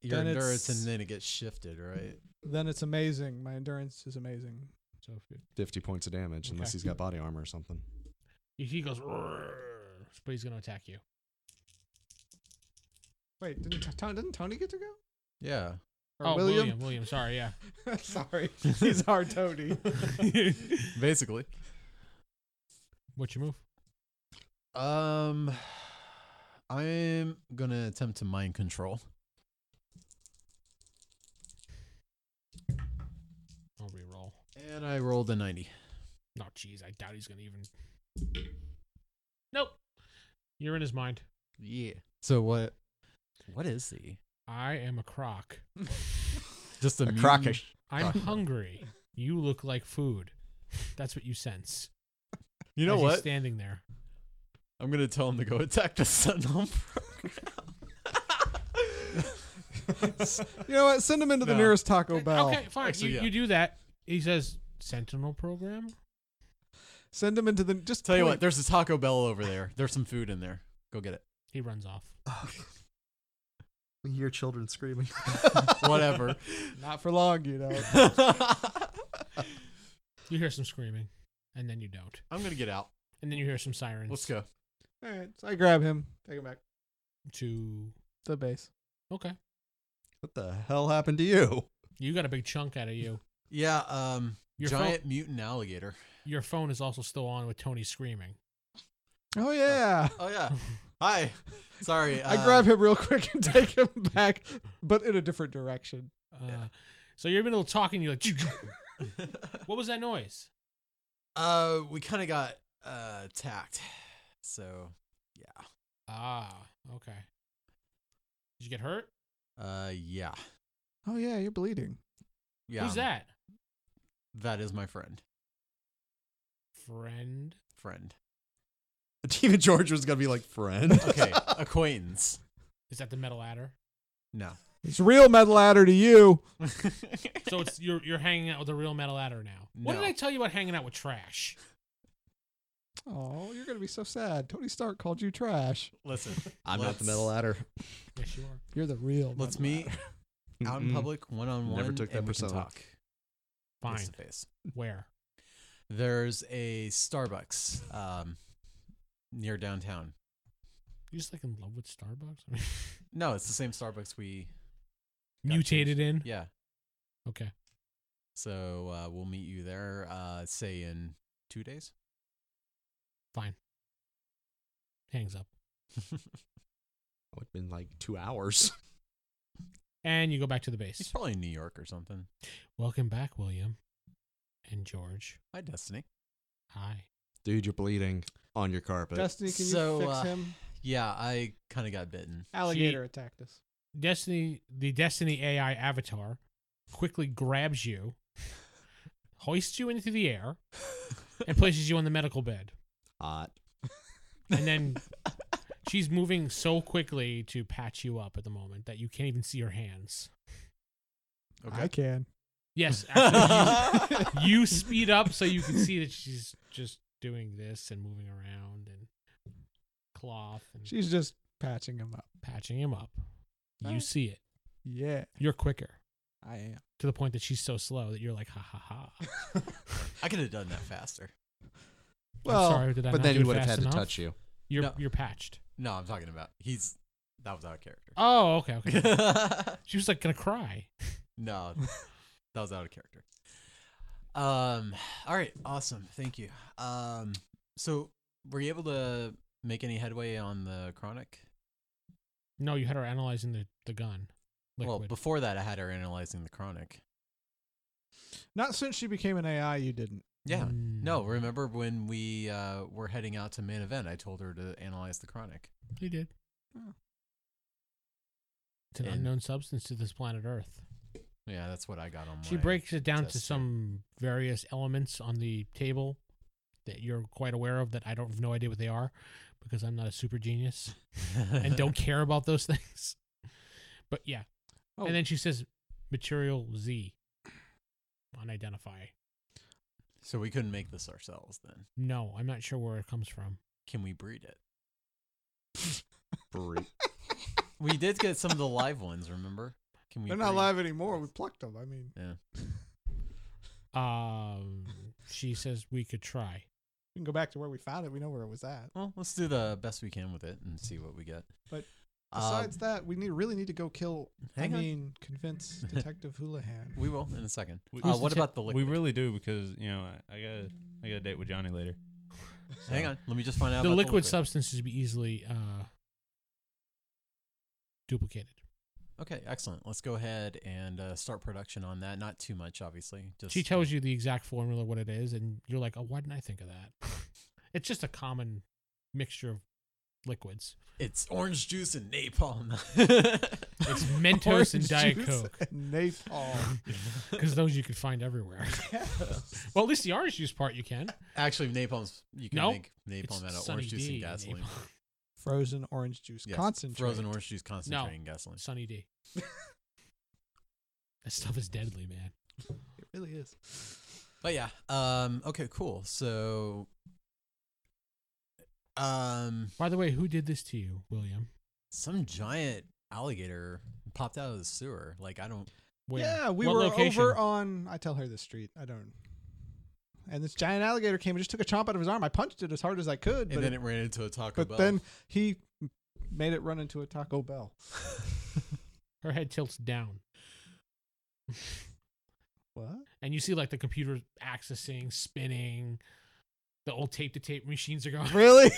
F: Your
E: Then
F: endurance,
E: it's-
F: and then it gets shifted, right?
E: Then it's amazing. My endurance is amazing.
A: so if you-
B: 50 points of damage, unless
A: Okay.
B: he's got body armor or something.
A: he goes "Roar," but he's gonna attack you.
E: Wait, didn't T- Ton- didn't Tony get to go?
F: Yeah.
E: Or
A: oh, William?
E: William?
A: William, sorry, yeah.
E: <laughs> Sorry, he's our
A: <laughs>
E: Tony.
F: Basically.
A: What's your move?
F: Um, I'm gonna attempt to mind control.
A: I'll Oh, re-roll.
F: And I rolled a 90.
A: No, jeez, I doubt he's gonna even. Nope. You're in his mind.
F: Yeah. So what?
A: <laughs>
F: What is he?
A: I am a croc.
F: Just a,
B: A
F: mutant-
B: crockish.
A: I'm hungry. You look like food. That's what you sense.
F: You know
A: as he's
F: what?
A: Standing there.
F: I'm gonna tell him to go <laughs> attack the sentinel.
E: you know what? Send him into the
F: No.
E: nearest Taco Bell.
A: Okay, fine.
F: Actually,
A: you,
F: yeah.
A: you do that. He says, "Sentinel program."
E: Send him into the. Just
F: tell you
E: point.
F: what, there's a Taco Bell over there. There's some food in there. Go <laughs> get it.
A: He runs off.
B: We hear children <laughs> screaming.
F: Whatever.
A: <laughs>
F: <laughs>
E: Not for long, you know.
A: You hear some screaming, and then you don't,
F: I'm gonna get out.
A: and then you hear some sirens.
F: Let's go.
E: All right, so I grab him, take him back
A: To
E: to the base.
A: okay,
B: what the hell happened to you? <laughs>
A: you got a big chunk out of you.
F: Yeah. Um.
A: Your
F: giant mutant alligator.
A: phone, your phone is also still on with Tony screaming.
E: Oh yeah.
F: Oh yeah. <laughs> Hi. Sorry.
E: I grab him real quick and <laughs> take him back, but in a different direction.
A: Uh, So you're in the middle of talking. You're like,
F: him. <laughs>
A: "What was that noise?"
F: Uh, we kind of got uh attacked, so yeah.
A: Ah, okay. Did you get hurt?
F: Uh, yeah,
E: Oh yeah, you're bleeding.
F: yeah. um,
A: Who's that?
F: That is my friend.
A: Friend.
F: Friend.
A: <laughs>
B: Demon George was going to be like, friend.
F: Okay, acquaintance.
A: <laughs> Is that the metal adder?
F: No.
E: It's real metal ladder to you.
A: So it's you're you're hanging out with a real metal adder now. What did
F: No.
A: I tell you about hanging out with trash?
E: Oh, you're gonna be so sad. Tony Stark called you trash.
F: Listen,
B: I'm not the
F: let's-
B: metal
A: <laughs>
B: ladder.
A: Yes, you are.
E: You're the real.
F: Let's
E: metal
F: meet out
B: <laughs>
F: in
B: Mm-mm.
F: public, one on one.
B: Never took that
F: and we can
B: persona.
F: talk. Face
A: Fine.
F: to face.
A: Where?
F: There's a Starbucks um, near downtown.
A: You just like in love with Starbucks? <laughs> I mean,
F: No, it's the same Starbucks we
A: mutated in.
F: yeah.
A: Okay.
F: So uh, we'll meet you there. Uh, say in two days.
A: Hangs up.
B: Oh, It's been like two hours. <laughs>
A: And you go back to the
F: He's
A: base.
F: probably in New York or something.
A: Welcome back, William. And George.
F: Hi, Destiny.
A: Hi.
B: Dude, you're bleeding on your carpet.
E: Destiny, can
F: So,
E: you fix
F: uh,
E: him?
F: Yeah, I kind of got bitten. <laughs>
E: Alligator attacked us.
A: Destiny the Destiny AI avatar quickly grabs
F: <laughs>
A: you, hoists you into the air, and places you on the medical bed.
B: Hot.
A: And then she's moving so quickly to patch you up at the moment that you can't even see her hands.
E: I can.
A: Yes, absolutely. you, you speed up so you can see that she's just doing this and moving around and cloth and
E: She's just patching him up.
A: patching him up. You
E: Alright.
A: see it.
E: Yeah,
A: You're quicker
E: I am.
A: to the point that she's so slow that you're like, ha ha ha.
F: I could have done that faster.
E: Well,
A: I'm sorry, did I
B: but
A: not
B: then
A: do
B: he
A: it
B: would have
A: fast
B: had
A: enough? <laughs>
B: to touch you.
A: You're
F: No.
A: you're patched.
F: No, I'm talking about he's that was out of character.
A: Oh, okay, okay.
F: <laughs>
A: she was like gonna cry.
F: no, that was out of character. Um. All right. Awesome. Thank you. Um. So, were you able to make any headway on the chronic?
A: No, you had her analyzing the, the gun. Liquid.
F: Well, before that, I had her analyzing the chronic.
E: not since she became an AI, you didn't.
F: Yeah.
A: Mm.
F: No, remember when we uh, were heading out to main event? I told her to analyze the chronic.
A: He did.
E: Oh.
A: It's an
F: And-
A: unknown substance to this planet Earth.
F: Yeah, that's what I got on.
A: She
F: my
A: breaks it down
F: test
A: to
F: here.
A: some various elements on the table that you're quite aware of that I don't have no idea what they are because I'm not a super genius and don't care about those <laughs> things. But yeah.
E: Oh.
A: And then she says material Z. Unidentify.
F: <laughs> So we couldn't make this ourselves. Then
A: No, I'm not sure where it comes from.
F: can we breed it?
B: Freak. <laughs>
F: We did get some of
A: <laughs>
F: the live ones. Remember? Can we?
E: They're not
F: breed-
E: live anymore. We plucked them. I mean,
A: Um she says we could try.
E: we can go back to where we found it. We know where it was at.
F: Well, let's do the best we can with it and see what we get.
E: But
F: Uh,
E: Besides that, we need really need to go kill. I
F: Hang on.
E: mean,
F: <laughs>
E: convince Detective Houlihan.
F: we
E: <laughs>
F: will in a second.
C: We-
F: Uh,
A: Who's
F: what
A: the
F: about the
C: We
F: liquid?
C: really do because you know I, I got I got a date with Johnny later.
F: Hang on, let me just find out.
A: the
F: about
A: liquid substances be easily uh, duplicated.
F: Okay, excellent. Let's go ahead and uh, start production on that. Not too much, obviously. Just
A: She tells you the exact formula what it is, and you're like, "Oh, why didn't I think of
E: <laughs>
A: that?" it's just a common mixture of
E: <laughs>
A: liquids.
F: it's orange juice and napalm. <laughs>
A: It's Mentos and Diet
E: juice <laughs>
A: Coke
E: and
F: <laughs>
E: napalm.
A: because those you could find
E: <laughs>
A: everywhere. well, at least the orange juice part you can.
F: Actually, napalm's you can
A: No,
F: make napalm out of
A: Sunny
F: orange juice
A: D
F: and gasoline.
A: napalm.
E: Frozen orange juice
F: Yes,
E: concentrate.
F: Frozen orange juice concentrate and gasoline.
A: Sunny
E: <laughs>
A: D. that stuff is deadly, man.
E: It really is.
F: But yeah. Um. Okay. Cool. So. Um.
A: By the way, who did this to you, William?
F: some giant alligator popped out of the sewer. Like I don't.
A: Where?
E: Yeah, we
A: What
E: were
A: location?
E: over on. I tell her the street. I don't. And this giant alligator came and just took a chomp out of his arm. I punched it as hard as I could,
F: And
E: but,
F: then
E: it-
F: it ran into a Taco
E: but
F: Bell.
E: then he made it run into a Taco Bell.
A: Her head tilts down.
E: What?
A: and you see like the computer accessing, spinning. The old tape to tape machines are going.
E: Really?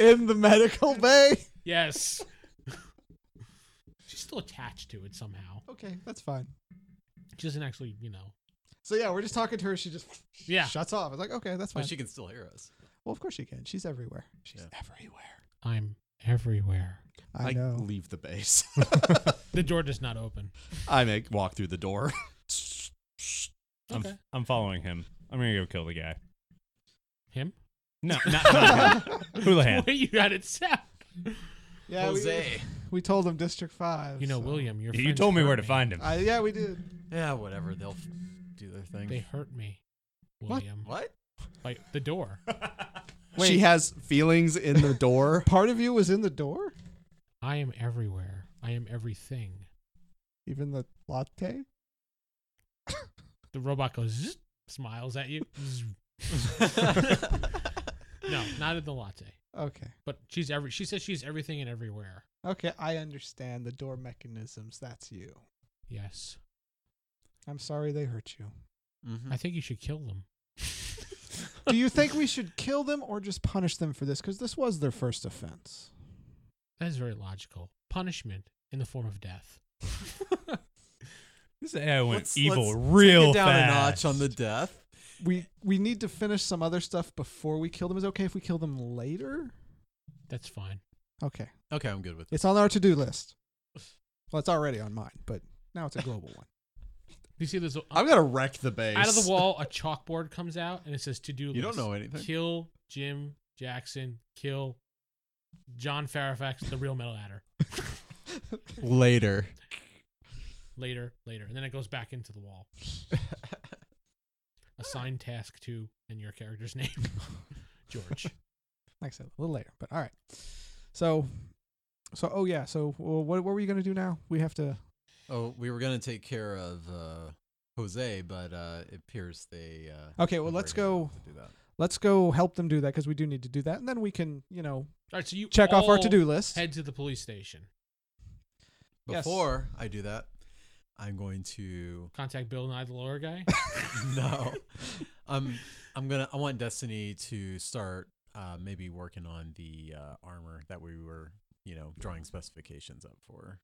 E: In the medical bay?
A: yes. <laughs> She's still attached to it somehow.
E: Okay, that's fine.
A: She doesn't actually, you know.
E: So yeah, we're just talking to her. She just
A: Yeah.
E: shuts off. It's like, okay, that's fine.
F: but she can still hear us.
E: well, of course she can. She's everywhere. She's
F: Yeah.
E: everywhere.
A: I'm everywhere.
E: I know.
B: leave the base.
A: <laughs> The door does not open.
B: I make walk through the
E: <laughs>
B: door.
C: I'm,
A: Okay.
C: I'm following him. I'm gonna go kill the guy.
A: Him? <laughs>
C: No, not, not him. Houlihan.
A: Wait, you got it set.
E: yeah, we-
F: Jose.
E: We told them District Five.
A: You know,
E: so-
A: William, your
C: You
A: friends
C: told me
A: hurt
C: where to find him.
E: I, yeah, we did.
F: Yeah, whatever. They'll f- do their thing.
A: They hurt me,
E: What?
A: William.
D: What?
A: Like
C: <laughs>
A: the door.
B: She has feelings in the
E: <laughs>
B: door.
E: Part of you was in the door,
A: I am everywhere. I am everything.
E: even the latte.
A: The robot goes zzz, smiles at you.
C: <laughs>
A: Zzz. <laughs> no, not in the latte.
E: Okay,
A: But she's every. She says she's everything and everywhere.
E: okay, I understand the door mechanisms. That's you.
A: Yes,
E: I'm sorry they hurt you.
F: Mhm.
A: I think you should kill them. <laughs>
E: Do you think we should kill them or just punish them for this? Because this was their first offense.
A: That is very logical. Punishment in the form of death.
C: This AI went
D: Let's-
C: evil
D: let's
C: real
D: Get down
C: fast.
D: a notch on the death.
E: We we need to finish some other stuff before we kill them. Is it okay if we kill them later?
A: That's fine.
E: Okay,
F: okay, I'm good with
E: it's on our to do list. Well, it's already on mine, but now it's a global one.
A: You see, there's a,
B: I'm gonna wreck the base.
A: out of the wall. A chalkboard comes out and it says to do list.
F: You don't know anything.
A: Kill Jim Jackson. Kill John Fairfax. The real metal adder.
F: later.
A: later, later, and then it goes back into the wall. Assign task to and your character's <laughs> name, George.
E: Like I said, a little later, but all right. So, so oh yeah. So well, what what were you gonna do now? We have to.
F: <laughs> Oh, we were gonna take care of uh, Jose, but uh, it appears they. Uh,
E: Okay, well,
F: have
E: let's
F: already
E: go.
F: got to do that.
E: Let's go help them do that because we do need to do that, and then we can you know
A: All right, so you
E: check off our
A: all
E: to do list.
A: Head to the police station.
E: Yes.
F: Before I do that, I'm going to <laughs>
A: Contact Bill and I, the lawyer guy.
F: no. I'm I'm gonna. I want Destiny to start uh, maybe working on the uh, armor that we were, you know, drawing specifications up for.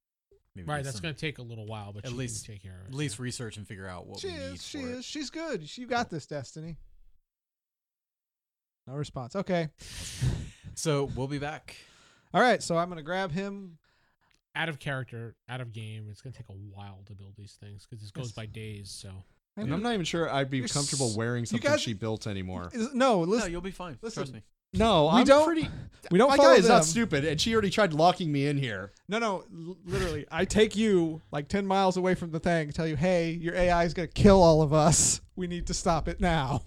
F: Maybe
A: right,
F: do
A: that's
F: some-
A: going to take a little while, but
F: At
A: you
F: least-
A: can take care of it.
F: at least research and figure out what
E: She
F: we need.
E: is. She
F: for it.
E: is. She's good. She got this, Destiny. No response. Okay.
F: So we'll be back.
E: All right. So I'm gonna grab him.
A: out of character, out of game. It's going to take a while to build these things because this goes by days. So
B: And I'm not even sure I'd be
E: You're s-
B: comfortable wearing something
E: guys-
B: she built anymore.
E: <laughs> Is- No,
F: No,
E: listen.
F: you'll be fine.
E: listen.
F: Trust me.
B: No,
E: we
B: I'm
E: don't.
B: pretty.
E: we don't
B: My
E: follow
B: guy is
E: them.
B: not stupid, and she already tried locking me in here.
E: No, no. l- Literally, I take you like ten miles away from the thing. Tell you, hey, your AI is gonna kill all of us. We need to stop it now.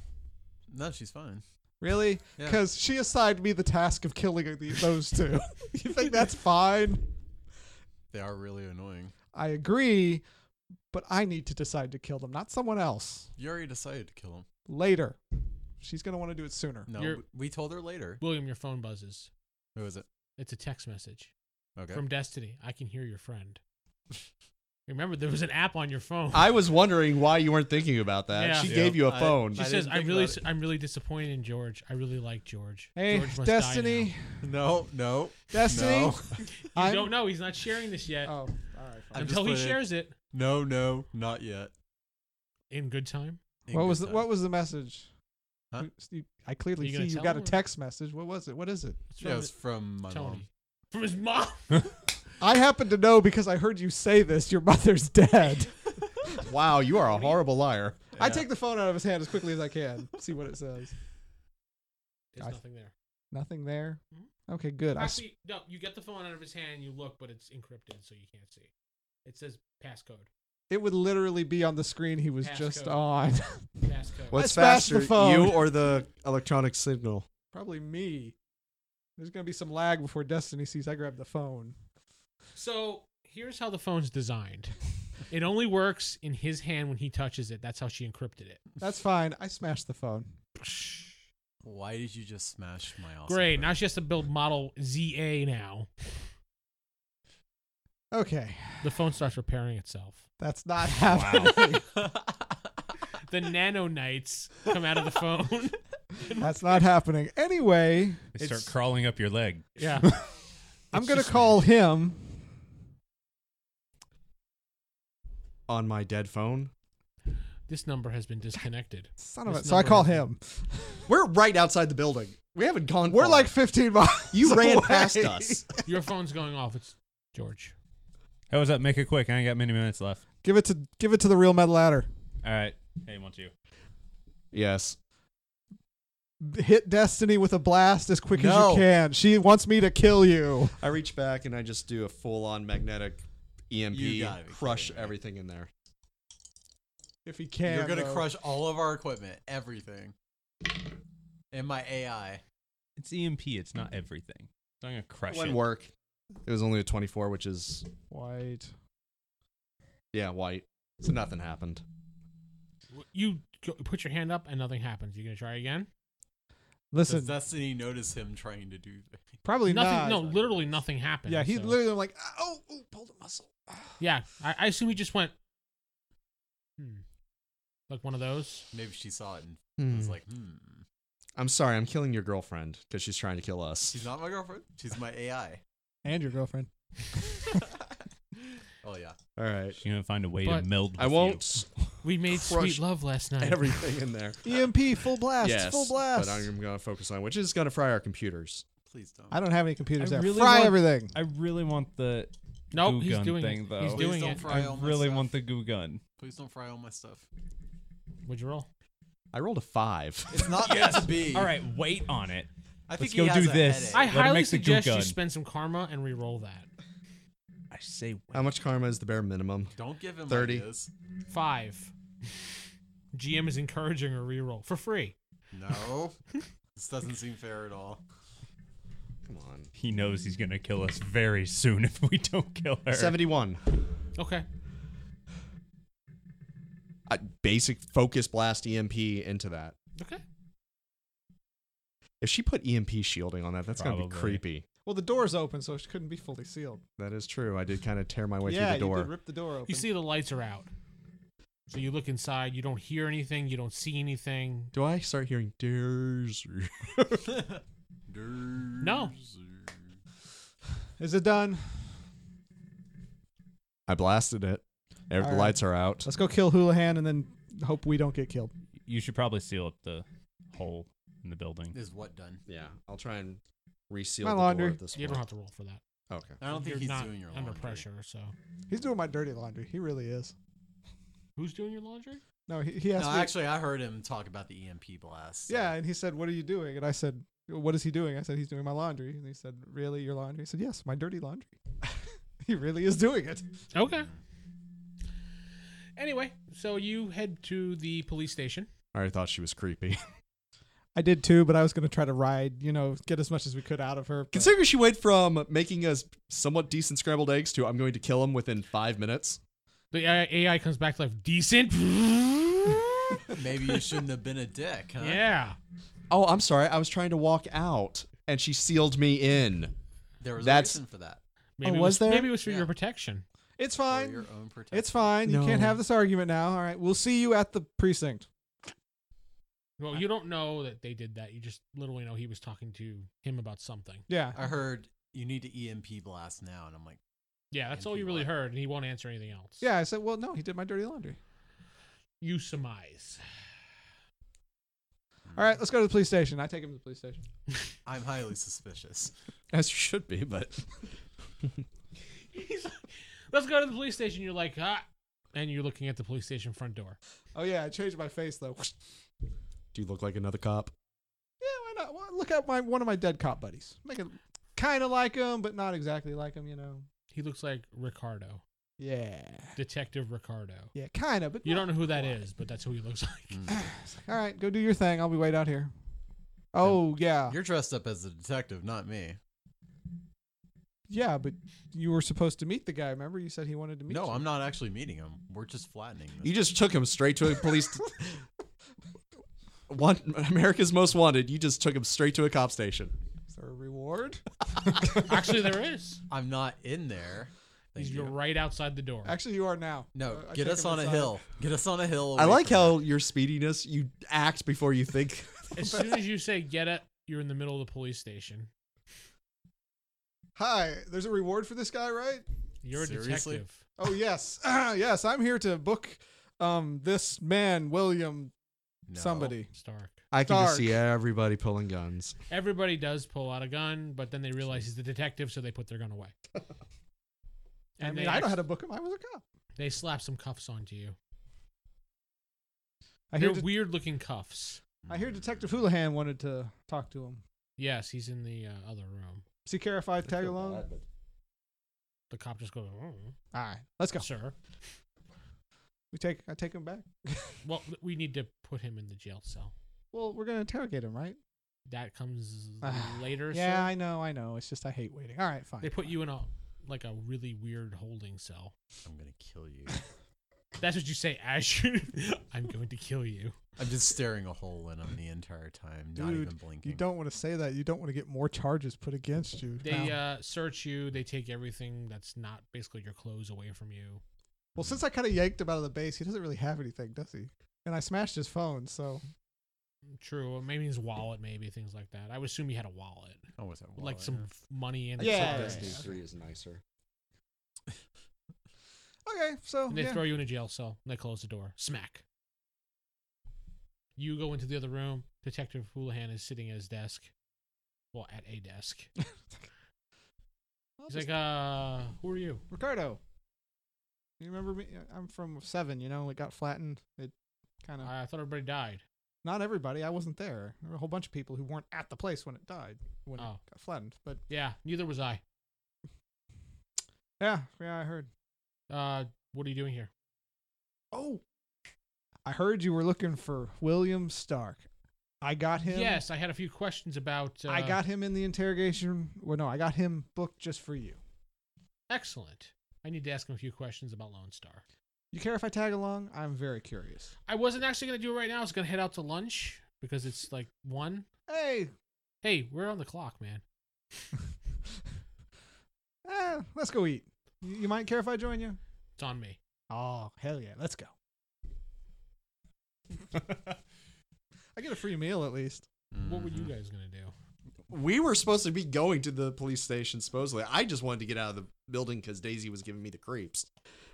F: No, she's fine.
E: Really?
F: Yeah.
E: Because she assigned me the task of killing the, those two. <laughs> you think that's fine?
F: They are really annoying.
E: I agree, but I need to decide to kill them, not someone else.
F: You already decided to kill him.
E: Later. She's gonna want to do it sooner.
F: No,
A: You're-
F: w- we told her later.
A: William, your phone buzzes.
F: Who is it?
A: It's a text message
F: Okay.
A: from Destiny. I can hear your friend. <laughs> Remember, there was an app on your phone.
B: I was wondering why you weren't thinking about that.
A: Yeah.
B: She
A: Yeah.
B: gave you a
F: I-
B: phone.
A: she
F: I
A: says,
F: didn't
A: "I
F: think
A: really,
F: about
A: s- I'm really disappointed in George. I really like George."
E: Hey,
A: George must die now."
E: Destiny.
F: <laughs> no, no,
E: Destiny.
F: No.
A: <laughs>
E: <laughs>
A: You
E: I'm-
A: don't know. He's not sharing this yet.
E: Oh, all right.
F: I'm
E: Fine.
A: until
F: just
A: he
F: put it-
A: shares it
F: no, no, not yet.
A: in good time.
F: In
E: What
F: good
E: was the,
F: time.
E: what was the message?
F: Huh?
E: You- you- I clearly
A: You
E: see
A: gonna
E: you
A: tell
E: got a
A: him or-
E: text message. What was it? What is it?
A: It's
F: Yeah, it was from my
A: Tony.
F: mom.
A: From his
E: <laughs>
A: mom.
E: I happen to know because I heard you say this. Your mother's <laughs> dead.
B: <laughs>
F: <laughs>
B: wow, you are a horrible liar.
E: I
F: Yeah.
E: take the phone out of his hand as quickly as I can. See what it says.
A: There's
E: I-
A: nothing there.
E: Nothing there.
A: Hmm?
E: Okay, good. I s-
A: Actually, no. You get the phone out of his hand and you look, but it's encrypted, so you can't see. It says passcode.
E: it would literally be on the screen he was just
A: Passcode.
E: on.
A: Passcode.
E: What's smashed the phone.
B: you or the electronic signal?
E: Probably me. There's gonna be some lag before Destiny sees I grab the phone.
A: So here's how the phone's designed. it only works in his hand when he touches it. That's how she encrypted it.
E: That's fine. I smashed the phone.
F: Why did you just smash my awesome?
A: Great.
F: phone?
A: Now she has to build model ZA. Now
E: Okay,
A: the phone starts repairing itself.
E: that's not happening.
A: The nano knights come out of the phone.
E: that's not happening. Anyway,
C: They start
E: It's-
C: crawling up your leg.
A: yeah.
E: I'm
A: It's
E: gonna
A: just-
E: call him.
B: On my dead phone?
A: This number has been disconnected.
E: Son of
A: This
E: it. So I call
A: number-
E: him.
B: We're right outside the building. We haven't gone.
E: We're
B: far. <laughs>
E: like 15 miles.
B: you ran <laughs>
E: away.
B: past us.
A: Your phone's going off. It's George.
C: How was that? Make it quick. I ain't got many minutes left.
E: <laughs> Give it to give it to the real metal ladder.
C: All right. Hey, want you?
B: Yes.
E: hit Destiny with a blast as quick as
F: No.
E: you can. She wants me to kill you.
B: I reach back and I just do a full on magnetic
F: You
B: EMP,
F: gotta be
B: crush
F: kidding me.
B: everything in there.
E: If he can,
F: You're gonna
E: though.
F: crush all of our equipment, everything, and my AI.
C: It's EMP. It's not everything. So I'm gonna crush
B: One
C: it.
B: work. It was only a 24, which is,
E: White.
B: yeah, white. So nothing happened.
A: You go, put your hand up and nothing happens. You gonna try again?
E: Listen,
F: Does Destiny notice him trying to do?
E: probably
A: nothing.
E: not.
A: no, literally nothing happened.
E: Yeah, he's
A: so-
E: literally like, "Ah, oh, oh, pulled a muscle.
A: Yeah, I, I assume he just went. Hmm. Like one of those.
F: Maybe she saw it and
B: Hmm.
F: was like, "Hmm,
B: I'm sorry, I'm killing your girlfriend because she's trying to kill us.
F: she's not my girlfriend. She's my AI."
E: And your girlfriend.
F: Oh yeah.
B: All right.
C: She's gonna find a way
A: But-
C: to meld. With
B: I won't
A: We made
B: Crushed
A: sweet love last night.
B: everything in there.
E: EMP E full blast,
B: yes,
E: full blast.
B: but I'm going to focus on which is going to fry our computers.
F: Please don't.
E: I don't have any computers
C: I
E: there.
C: really
E: Fry
C: want-
E: everything.
C: You. I really want the
A: nope,
C: goo
A: he's
C: gun
A: doing
C: thing
A: it.
C: though.
A: He's
F: Please
A: doing
F: don't
A: it.
F: fry-
C: I
F: all my
C: really
F: stuff.
C: want the goo gun.
F: Please don't fry all my stuff.
A: Would you roll?
B: I rolled a five.
F: <laughs> It's not meant to be.
C: All right, wait on it.
F: I think
C: let's
F: he
C: go
F: has
C: do
F: a
C: this.
A: I
F: headache.
C: Let him
A: highly
C: make the goo
A: suggest you
C: gun.
A: spend some karma and re-roll that.
C: I say
B: How much karma is the bare minimum?
F: Don't give him
B: 30.
F: ideas.
A: Five. <laughs> GM is encouraging a re-roll for free.
F: No. this doesn't seem fair at all.
B: Come on.
C: he knows he's gonna kill us very soon <laughs> if we don't kill her.
B: 71.
A: Okay.
B: I, basic focus blast EMP into that.
A: Okay.
B: If she put EMP shielding on that, that's going to be
C: Probably.
B: creepy.
E: Well, the door's open, so it couldn't be fully sealed.
B: That is true. I did kind of tear my way
E: yeah,
B: through the door.
E: you did rip the door open.
A: You see the lights are out. So you look inside, you don't hear anything, you don't see anything.
B: Do I start hearing dares?
A: No.
E: Is it done?
B: <laughs> I blasted it. Ev-
E: All
B: the
E: right.
B: lights are out.
E: Let's go kill Houlihan and then hope we don't get killed.
C: You should probably seal up the hole in the building.
F: Is what done?
B: Yeah, I'll try and reseal
E: My
B: the
E: laundry.
B: door at this
A: You
B: point.
A: don't have to roll for that.
B: okay.
F: I don't think
A: You're
F: he's
A: not
F: doing your
A: under
F: laundry.
A: pressure, so
E: He's doing my dirty laundry. He really is.
A: who's doing your laundry?
E: No, he, he asked
F: No,
E: me.
F: actually, I heard him talk about the EMP blast. so-
E: yeah, and he said, "What are you doing?" And I said, "What is he doing?" I said, "He's doing my laundry." And he said, "Really, your laundry?" I said, "Yes, my dirty laundry." <laughs> he really is doing it.
A: Okay. Anyway, so you head to the police station.
B: I already thought she was creepy. <laughs>
E: I did too, but I was going to try to ride, you know, get as much as we could out of her. but-
B: Considering she went from making us somewhat decent scrambled eggs to I'm going to kill him within five minutes.
A: The AI, AI comes back to life.
F: <laughs>
A: Decent.
F: Maybe you shouldn't have been a dick, huh?
A: yeah.
B: Oh, I'm sorry. I was trying to walk out and she sealed me in.
F: There was
B: That's-
F: a reason for that.
A: Maybe it
B: was
A: was
B: there?
A: Maybe it was for
F: Oh, Yeah.
A: your protection.
E: it's
F: For
E: fine.
F: your own protection.
E: It's fine. You can't
B: No.
E: have this argument now. All right, we'll see you at the precinct.
A: Well, you don't know that they did that. You just literally know he was talking to him about something.
E: Yeah,
F: I heard you need to EMP blast now, and I'm like,
A: Yeah, that's
F: And
A: all
F: he
A: you really
F: lied.
A: heard, and he won't answer anything else.
E: yeah. I said, "Well, no, he did my dirty laundry."
A: You surmise. <laughs>
F: Hmm.
E: All right, let's go to the police station. I take him to the police station.
F: I'm highly suspicious.
B: As you should be, but <laughs>
A: He's like, let's go to the police station. You're like, ah. And you're looking at the police station front door.
E: Oh yeah, I changed my face though. <laughs>
B: do you look like another cop?
E: Yeah, why not? Well, look at my one of my dead cop buddies. Make it kind of like him, but not exactly like him. You know.
A: He looks like Ricardo,
E: Yeah.
A: Detective Ricardo.
E: Yeah, kind of, but
A: You
E: not.
A: don't know who that is, but that's who he looks
F: <laughs>
A: like.
E: <sighs> All right, go do your thing. I'll be waiting out here. Oh yeah,
F: You're dressed up as a detective, not me.
E: yeah, but you were supposed to meet the guy. Remember, you said he wanted to meet.
F: No,
E: you.
F: I'm not actually meeting him. We're just flattening this.
B: You just took him straight to a police. One America's Most Wanted. You just took him straight to a cop station.
E: Is there a reward?
A: Actually, there is.
F: I'm not in there. Thank
A: He's you're
F: you.
A: right outside the door.
E: Actually, you are now.
F: No,
E: Uh, I
F: get
E: take
F: us
E: him
F: on a
E: inside.
F: hill. Get us on a hill.
B: I
F: away
B: like
F: from
B: how your speediness. You act before you think.
A: As soon as you say get it, you're in the middle of the police station.
E: Hi, there's a reward for this guy, right?
A: You're a
F: Seriously?
A: detective.
E: Oh yes, <clears throat> yes, I'm here to book um this man William
F: that. No.
E: somebody.
A: Stark.
B: I can just
E: Dark.
B: see everybody pulling guns.
A: Everybody does pull out a gun, but then they realize he's the detective, so they put their gun
E: <laughs>
A: away.
E: I mean,
A: they
E: I know
A: act-
E: how to book him. I was a cop.
A: They slap some cuffs onto you.
E: I hear
A: They're
E: det-
A: weird looking cuffs.
E: I hear Detective Houlihan wanted to talk to him.
A: Yes, he's in the uh, other room.
E: Does he care if I tag along? All
A: The cop just goes, oh,
E: right, let's go.
A: sir.
E: We take I take him back. <laughs>
A: Well, th- we need to put him in the jail cell.
E: Well, we're gonna interrogate him, right?
A: That comes
E: <sighs> Ah,
A: later.
E: yeah,
A: sir.
E: I know, I know. It's just I hate waiting. All right, fine.
A: they put you in a like a really weird holding cell.
F: I'm gonna kill you.
A: That's what you say as you. <laughs> I'm going to kill you.
F: I'm just staring a hole in him the entire time, not
E: Dude,
F: even blinking.
G: You don't want to say that. You don't want to get more charges put against you.
A: They uh, search you. They take everything that's not basically your clothes away from you.
G: well, since I kind of yanked him out of the base, he doesn't really have anything, does he? And I smashed his phone, so
A: True, maybe his wallet, maybe things like that. I would assume he had a wallet,
F: Oh, was that
A: like
F: wallet?
A: some f- money in it.
E: Yeah,
A: something.
E: yeah,
B: Destiny
E: yeah.
B: 3 is nicer.
G: okay.
E: Oh,
G: So
A: And they
G: yeah,
A: throw you in a jail cell and they close the door. Smack. You go into the other room. Detective Houlihan is sitting at his desk. Well, at a desk.
E: Well,
A: He's
E: just-
A: like, uh, who are you?
E: Ricardo. You remember me? I'm from seven. You know, it got flattened. It kind of
A: I thought everybody died.
E: not everybody. I wasn't there. There were a whole bunch of people who weren't at the place when it died when
A: Oh.
E: it got flattened. But
A: Yeah, neither was I.
E: yeah, yeah, I heard.
A: Uh, what are you doing here?
E: Oh, I heard you were looking for William Stark. I got him.
A: Yes, I had a few questions about. Uh,
E: I got him in the interrogation. Well, no, I got him booked just for you.
A: excellent. I need to ask him a few questions about Lone Star.
E: You care if I tag along? I'm very curious.
A: I wasn't actually gonna do it right now. I was gonna head out to lunch because it's like one.
E: Hey,
A: Hey, we're on the clock, man.
E: eh, let's go eat. You, you might care if I join you?
A: It's on me.
E: Oh, hell yeah, let's go.
G: <laughs>
E: I get a free meal at least.
A: What were you
C: Mm-hmm.
F: Mhm.
A: guys gonna do?
B: We were supposed to be going to the police station, supposedly. I just wanted to get out of the building because Daisy was giving me the creeps.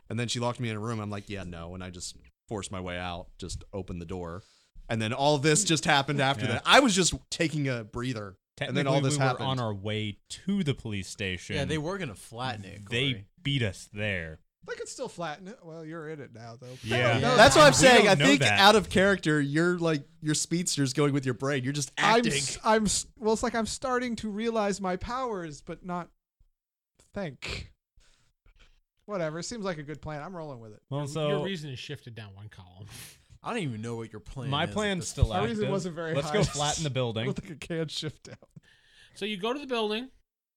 B: And then she locked me in a room. I'm like, yeah, no. And I just forced my way out, just opened the door. And then all this just happened after
C: Yeah.
B: that. I was just taking a breather. And then all
C: Technically,
B: this
C: we
B: happened.
C: Were on our way to the police station.
F: Yeah, they were gonna flatten it.
C: They
F: Corey.
C: beat us there.
G: they could still flatten it. Well, you're in it now, though.
C: Yeah.
F: Yeah.
B: That's what I'm
C: We
B: saying.
C: don't
B: I
C: know
B: think
C: that.
B: out of character, you're like, your speedster's going with your brain. You're just
G: I'm,
B: acting.
G: s- I'm, s- well, it's like I'm starting to realize my powers, but not think. Whatever. It seems like a good plan. I'm rolling with it. <laughs>
C: Well, so
A: Your reason is shifted down one column. <laughs>
F: I don't even know what your plan.
C: my
F: is at
C: plan's
F: this
C: still
G: My
C: active.
G: reason wasn't very
C: Let's
G: high.
C: go flatten the
B: <laughs>
G: I
C: building.
G: don't think it can shift down.
A: So you go to the building.
F: point.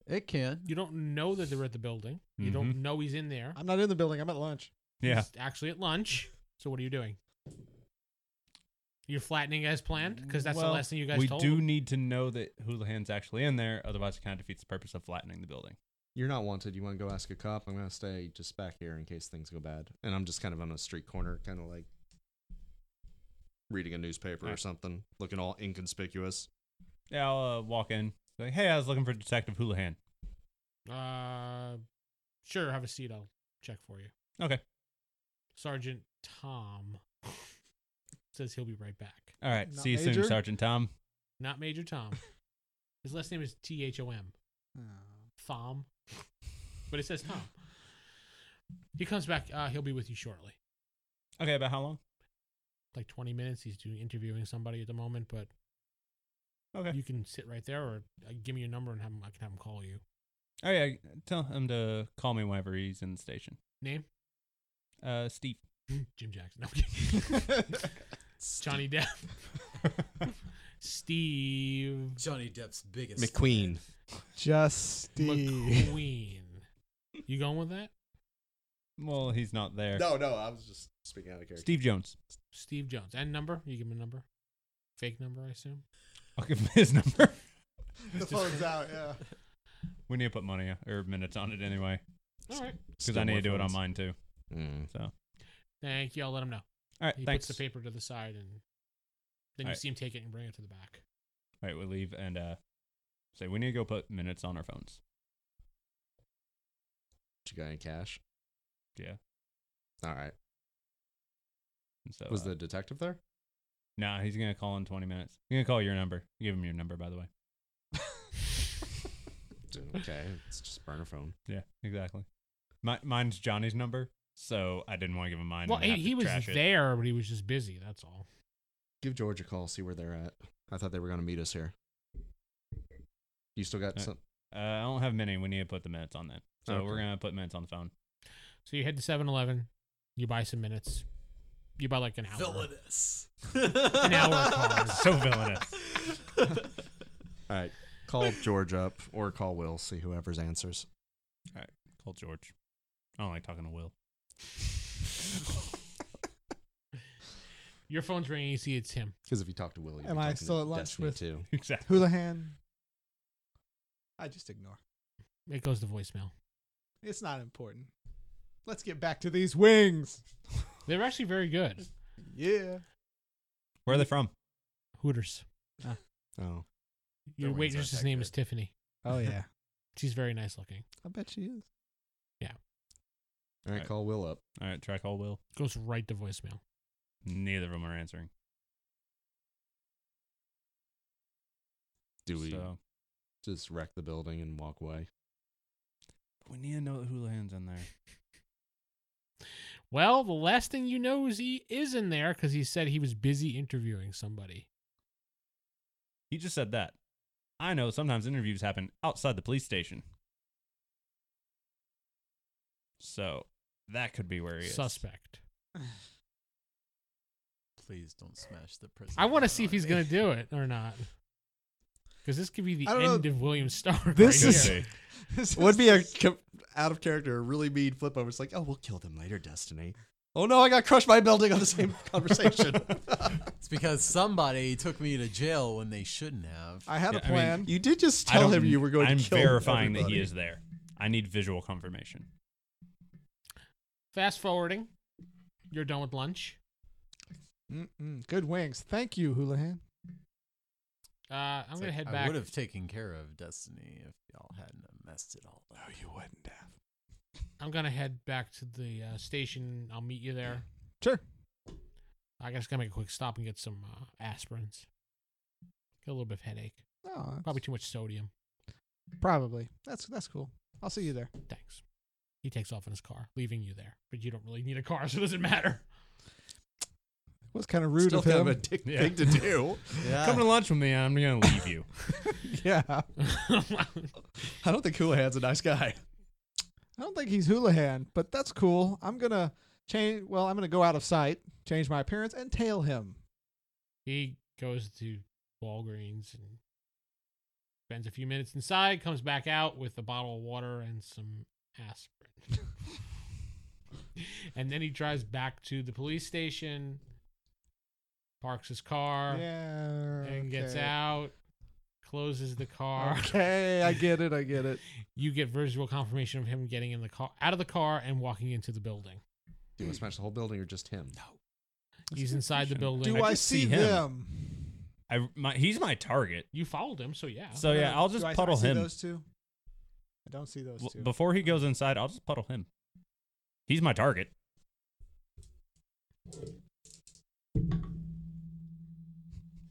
F: It can.
A: You don't know that they're at the building. You don't know he's in there.
E: I'm not in the building, I'm at lunch.
C: Mm-hmm. Yeah.
A: He's actually at lunch. So what are you doing? You're flattening as planned because that's the
C: Well,
A: last thing you guys
C: we
A: told.
C: do
A: him.
C: need to know that Houlihan's actually in there, otherwise it kind of defeats the purpose of flattening the building.
B: You're not wanted. You want to go ask a cop? I'm going to stay just back here in case things go bad. And I'm just kind of on a street corner, kind of like reading a newspaper or
C: Alright.
B: something, looking all inconspicuous.
C: Yeah, I'll uh, walk in. Like, hey, I was looking for Detective Houlihan.
A: Uh, sure. Have a seat. I'll check for you.
C: Okay.
A: Sergeant Tom <laughs> says he'll be right back.
C: All right.
E: Not
C: see you
E: major?
C: soon, Sergeant Tom.
A: Not
C: <laughs>
A: Major Tom. His last name is T H O M.
C: Oh.
A: Thom. But it says Tom. He comes back. Uh, he'll be with you shortly.
C: Okay, about how long?
A: Like 20 minutes. He's doing interviewing somebody at the moment, but
C: Okay.
A: you can sit right there or uh, give me your number and have him, I can have him call you.
C: Oh yeah, tell him to call me whenever he's in the station.
A: Name?
C: Uh, Steve.
A: Jim Jackson. No, I'm kidding. Johnny Depp.
C: <laughs>
A: Steve
F: Johnny Depp's biggest
B: McQueen.
G: Justy.
A: McQueen. You going with that?
C: Well, he's not there.
B: No, no, I was just speaking out of character.
C: Steve Jones.
A: Steve Jones. And number? You give him a number? Fake number, I assume.
C: I'll give him his number. <laughs>
B: <laughs>
G: the phone's out, yeah.
C: we need to put money uh, or minutes on it anyway,
A: All right.
C: because I need to do it on mine too.
B: Mm.
C: So, all
A: Thank you. I'll let him know.
C: right,
A: He
C: thanks.
A: puts the paper to the side and then you
C: Alright.
A: see him take it and bring it to the back.
C: All right, we leave and uh, say we need to go put minutes on our phones.
B: You got any cash?
C: Yeah.
B: All right.
C: And so
B: Was
C: uh,
B: the detective there?
C: Nah, he's gonna call in twenty minutes. He's gonna call your number. Give him your number, by the way.
B: okay, it's just burner phone.
C: Yeah, exactly. My, mine's Johnny's number, so I didn't want to give him mine.
A: well,
C: and have
A: he,
C: to
A: he was
C: trash it.
A: there, but he was just busy. That's all.
B: Give George a call, see where they're at. I thought they were going to meet us here. You still got
C: Uh,
B: some?
C: Uh, I don't have many. We need to put the minutes on that. So
B: Okay.
C: we're gonna put minutes on the phone. <laughs>
A: So you head to 7-Eleven, you buy some minutes, you buy like an hour.
F: Villainous.
A: An hour card.
C: So villainous.
B: All right.
E: <laughs>
B: Call George up or call Will, see whoever's answers.
C: Call George. I don't like talking to Will. <laughs>
A: Your phone's ringing. You see it's him.
B: Because if you talk to Will, you'll
E: Am
B: be
E: I
B: talking to
E: still at lunch
B: Destiny
E: with-
B: too.
C: exactly.
E: Houlihan. I just ignore.
A: It goes to voicemail.
E: It's not important. Let's get back to these wings.
A: They're actually very good.
E: Yeah.
C: Where are they from?
A: Hooters.
B: Oh,
A: Your
F: wings aren't
A: waitress's
F: that
A: name
F: good.
A: is Tiffany.
E: Oh yeah.
A: She's very nice looking.
E: <laughs> I bet she is.
B: all right.
C: Alright.
B: Call Will up.
C: All right, try call Will.
A: Goes right to voicemail.
C: Neither of them are answering.
B: Do we
C: So
B: just wreck the building and walk
E: <laughs>
B: away?
C: we need to know that Houlihan's in there.
A: Well, the last thing you know is he is in there because he said he was busy interviewing somebody.
C: He just said that. I know sometimes interviews happen outside the police station. So that could be where he is.
A: Suspect.
F: Please don't smash the prison.
A: I want to
F: bell
A: see if
F: on
A: he's
F: me.
A: gonna do it or not. Because this could be the
E: I don't know.
A: end of William Starr.
E: This
A: right
E: is-
A: here.
B: Would be a com- out of character, a really mean flip over. It's like, oh, we'll kill them later, Destiny. Oh no, I got crushed by a building on the
E: <laughs>
B: same conversation.
F: It's because somebody took me to jail when they shouldn't have.
E: I had
C: Yeah,
E: a
C: I mean,
E: plan.
B: you did just
C: I
B: tell
C: don't-
B: him you were going
C: I'm
B: to kill
C: verifying that he
B: everybody.
C: is there. I need visual confirmation.
A: Fast forwarding. You're done with lunch.
E: Mm-mm. Good wings. Thank you, Houlihan.
A: Uh, I'm
F: It's
A: gonna
F: like,
A: head
F: I
A: back.
F: would have taken care of Destiny if y'all hadn't messed it all up.
E: you wouldn't have.
A: I'm gonna head back to the uh, station. I'll meet you there.
E: Sure.
A: I just gotta make a quick stop and get some uh, aspirins. Get a little bit of headache.
E: Oh,
A: Probably too much sodium.
E: probably. That's that's cool. I'll see you there.
A: Thanks. He takes off in his car, leaving you there. But you don't really need a car, <laughs> so it doesn't matter.
E: was kind of rude
B: Still
E: of
B: kind
E: him.
B: of a dick
C: <laughs> Yeah.
B: thing to do.
F: Yeah.
C: Come to lunch with me. I'm gonna leave you.
E: <laughs> yeah. I
A: I
B: I don't think Houlihan's a nice guy.
E: don't think he's Houlihan, but that's cool. I'm gonna change. Well, I'm gonna go out of sight, change my appearance, and tail him.
A: He goes to Walgreens and spends a few minutes inside, comes back out with a bottle of water and some aspirin. <laughs> and then he drives back to the police station, parks his car,
E: Yeah.
A: and gets
E: okay.
A: out, closes the car.
E: Okay, I get it. I get it.
A: <laughs> You get visual confirmation of him getting in the car, out of the car, and walking into the building.
B: Do you want to smash the whole building or just him?
A: He's inside the building.
E: Do I,
C: just
E: see,
C: see him.
E: them?
C: <laughs> I, my, he's my target.
A: You followed him, so yeah.
C: So Oh, yeah, I'll just
E: Do I,
C: puddle
E: I see
C: him
E: Those two. I don't see those
C: L-
E: two.
C: before he goes inside. I'll just puddle him. He's my target.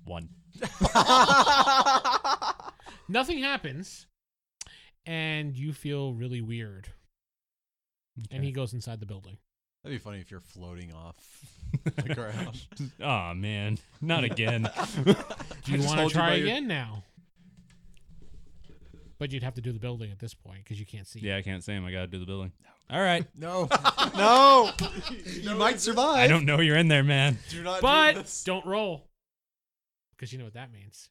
C: One.
A: Nothing happens, and you feel really weird. And he goes inside the building.
F: That'd be funny if you're floating off the ground.
C: Oh man, not again.
A: Do you
B: just
A: want
B: hold
A: to
B: you
A: try
B: by your-
A: again now? But you'd have to do the building at this point because you can't see.
C: yeah, I can't say him. I gotta do the building. All right.
F: No.
B: No, you might survive.
C: I don't know you're in there, man.
D: Do not do
A: But
D: this.
A: don't roll because you know what that means.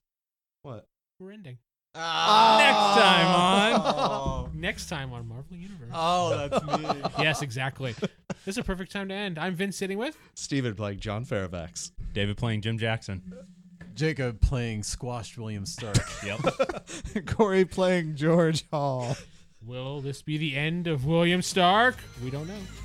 B: What?
A: We're ending
E: Ah!
C: Next time on.
D: Oh,
A: next time on Marvel Universe.
D: oh,
F: <laughs>
D: that's me.
A: yes,
D: <laughs>
A: exactly. This is a perfect time to end. I'm Vince sitting with.
B: Steven playing John Fairfax.
C: David playing Jim Jackson.
F: Jacob playing squashed William Stark.
C: Yep. <laughs>
E: Corey playing George Hall.
A: Will this be the end of William Stark? We don't know.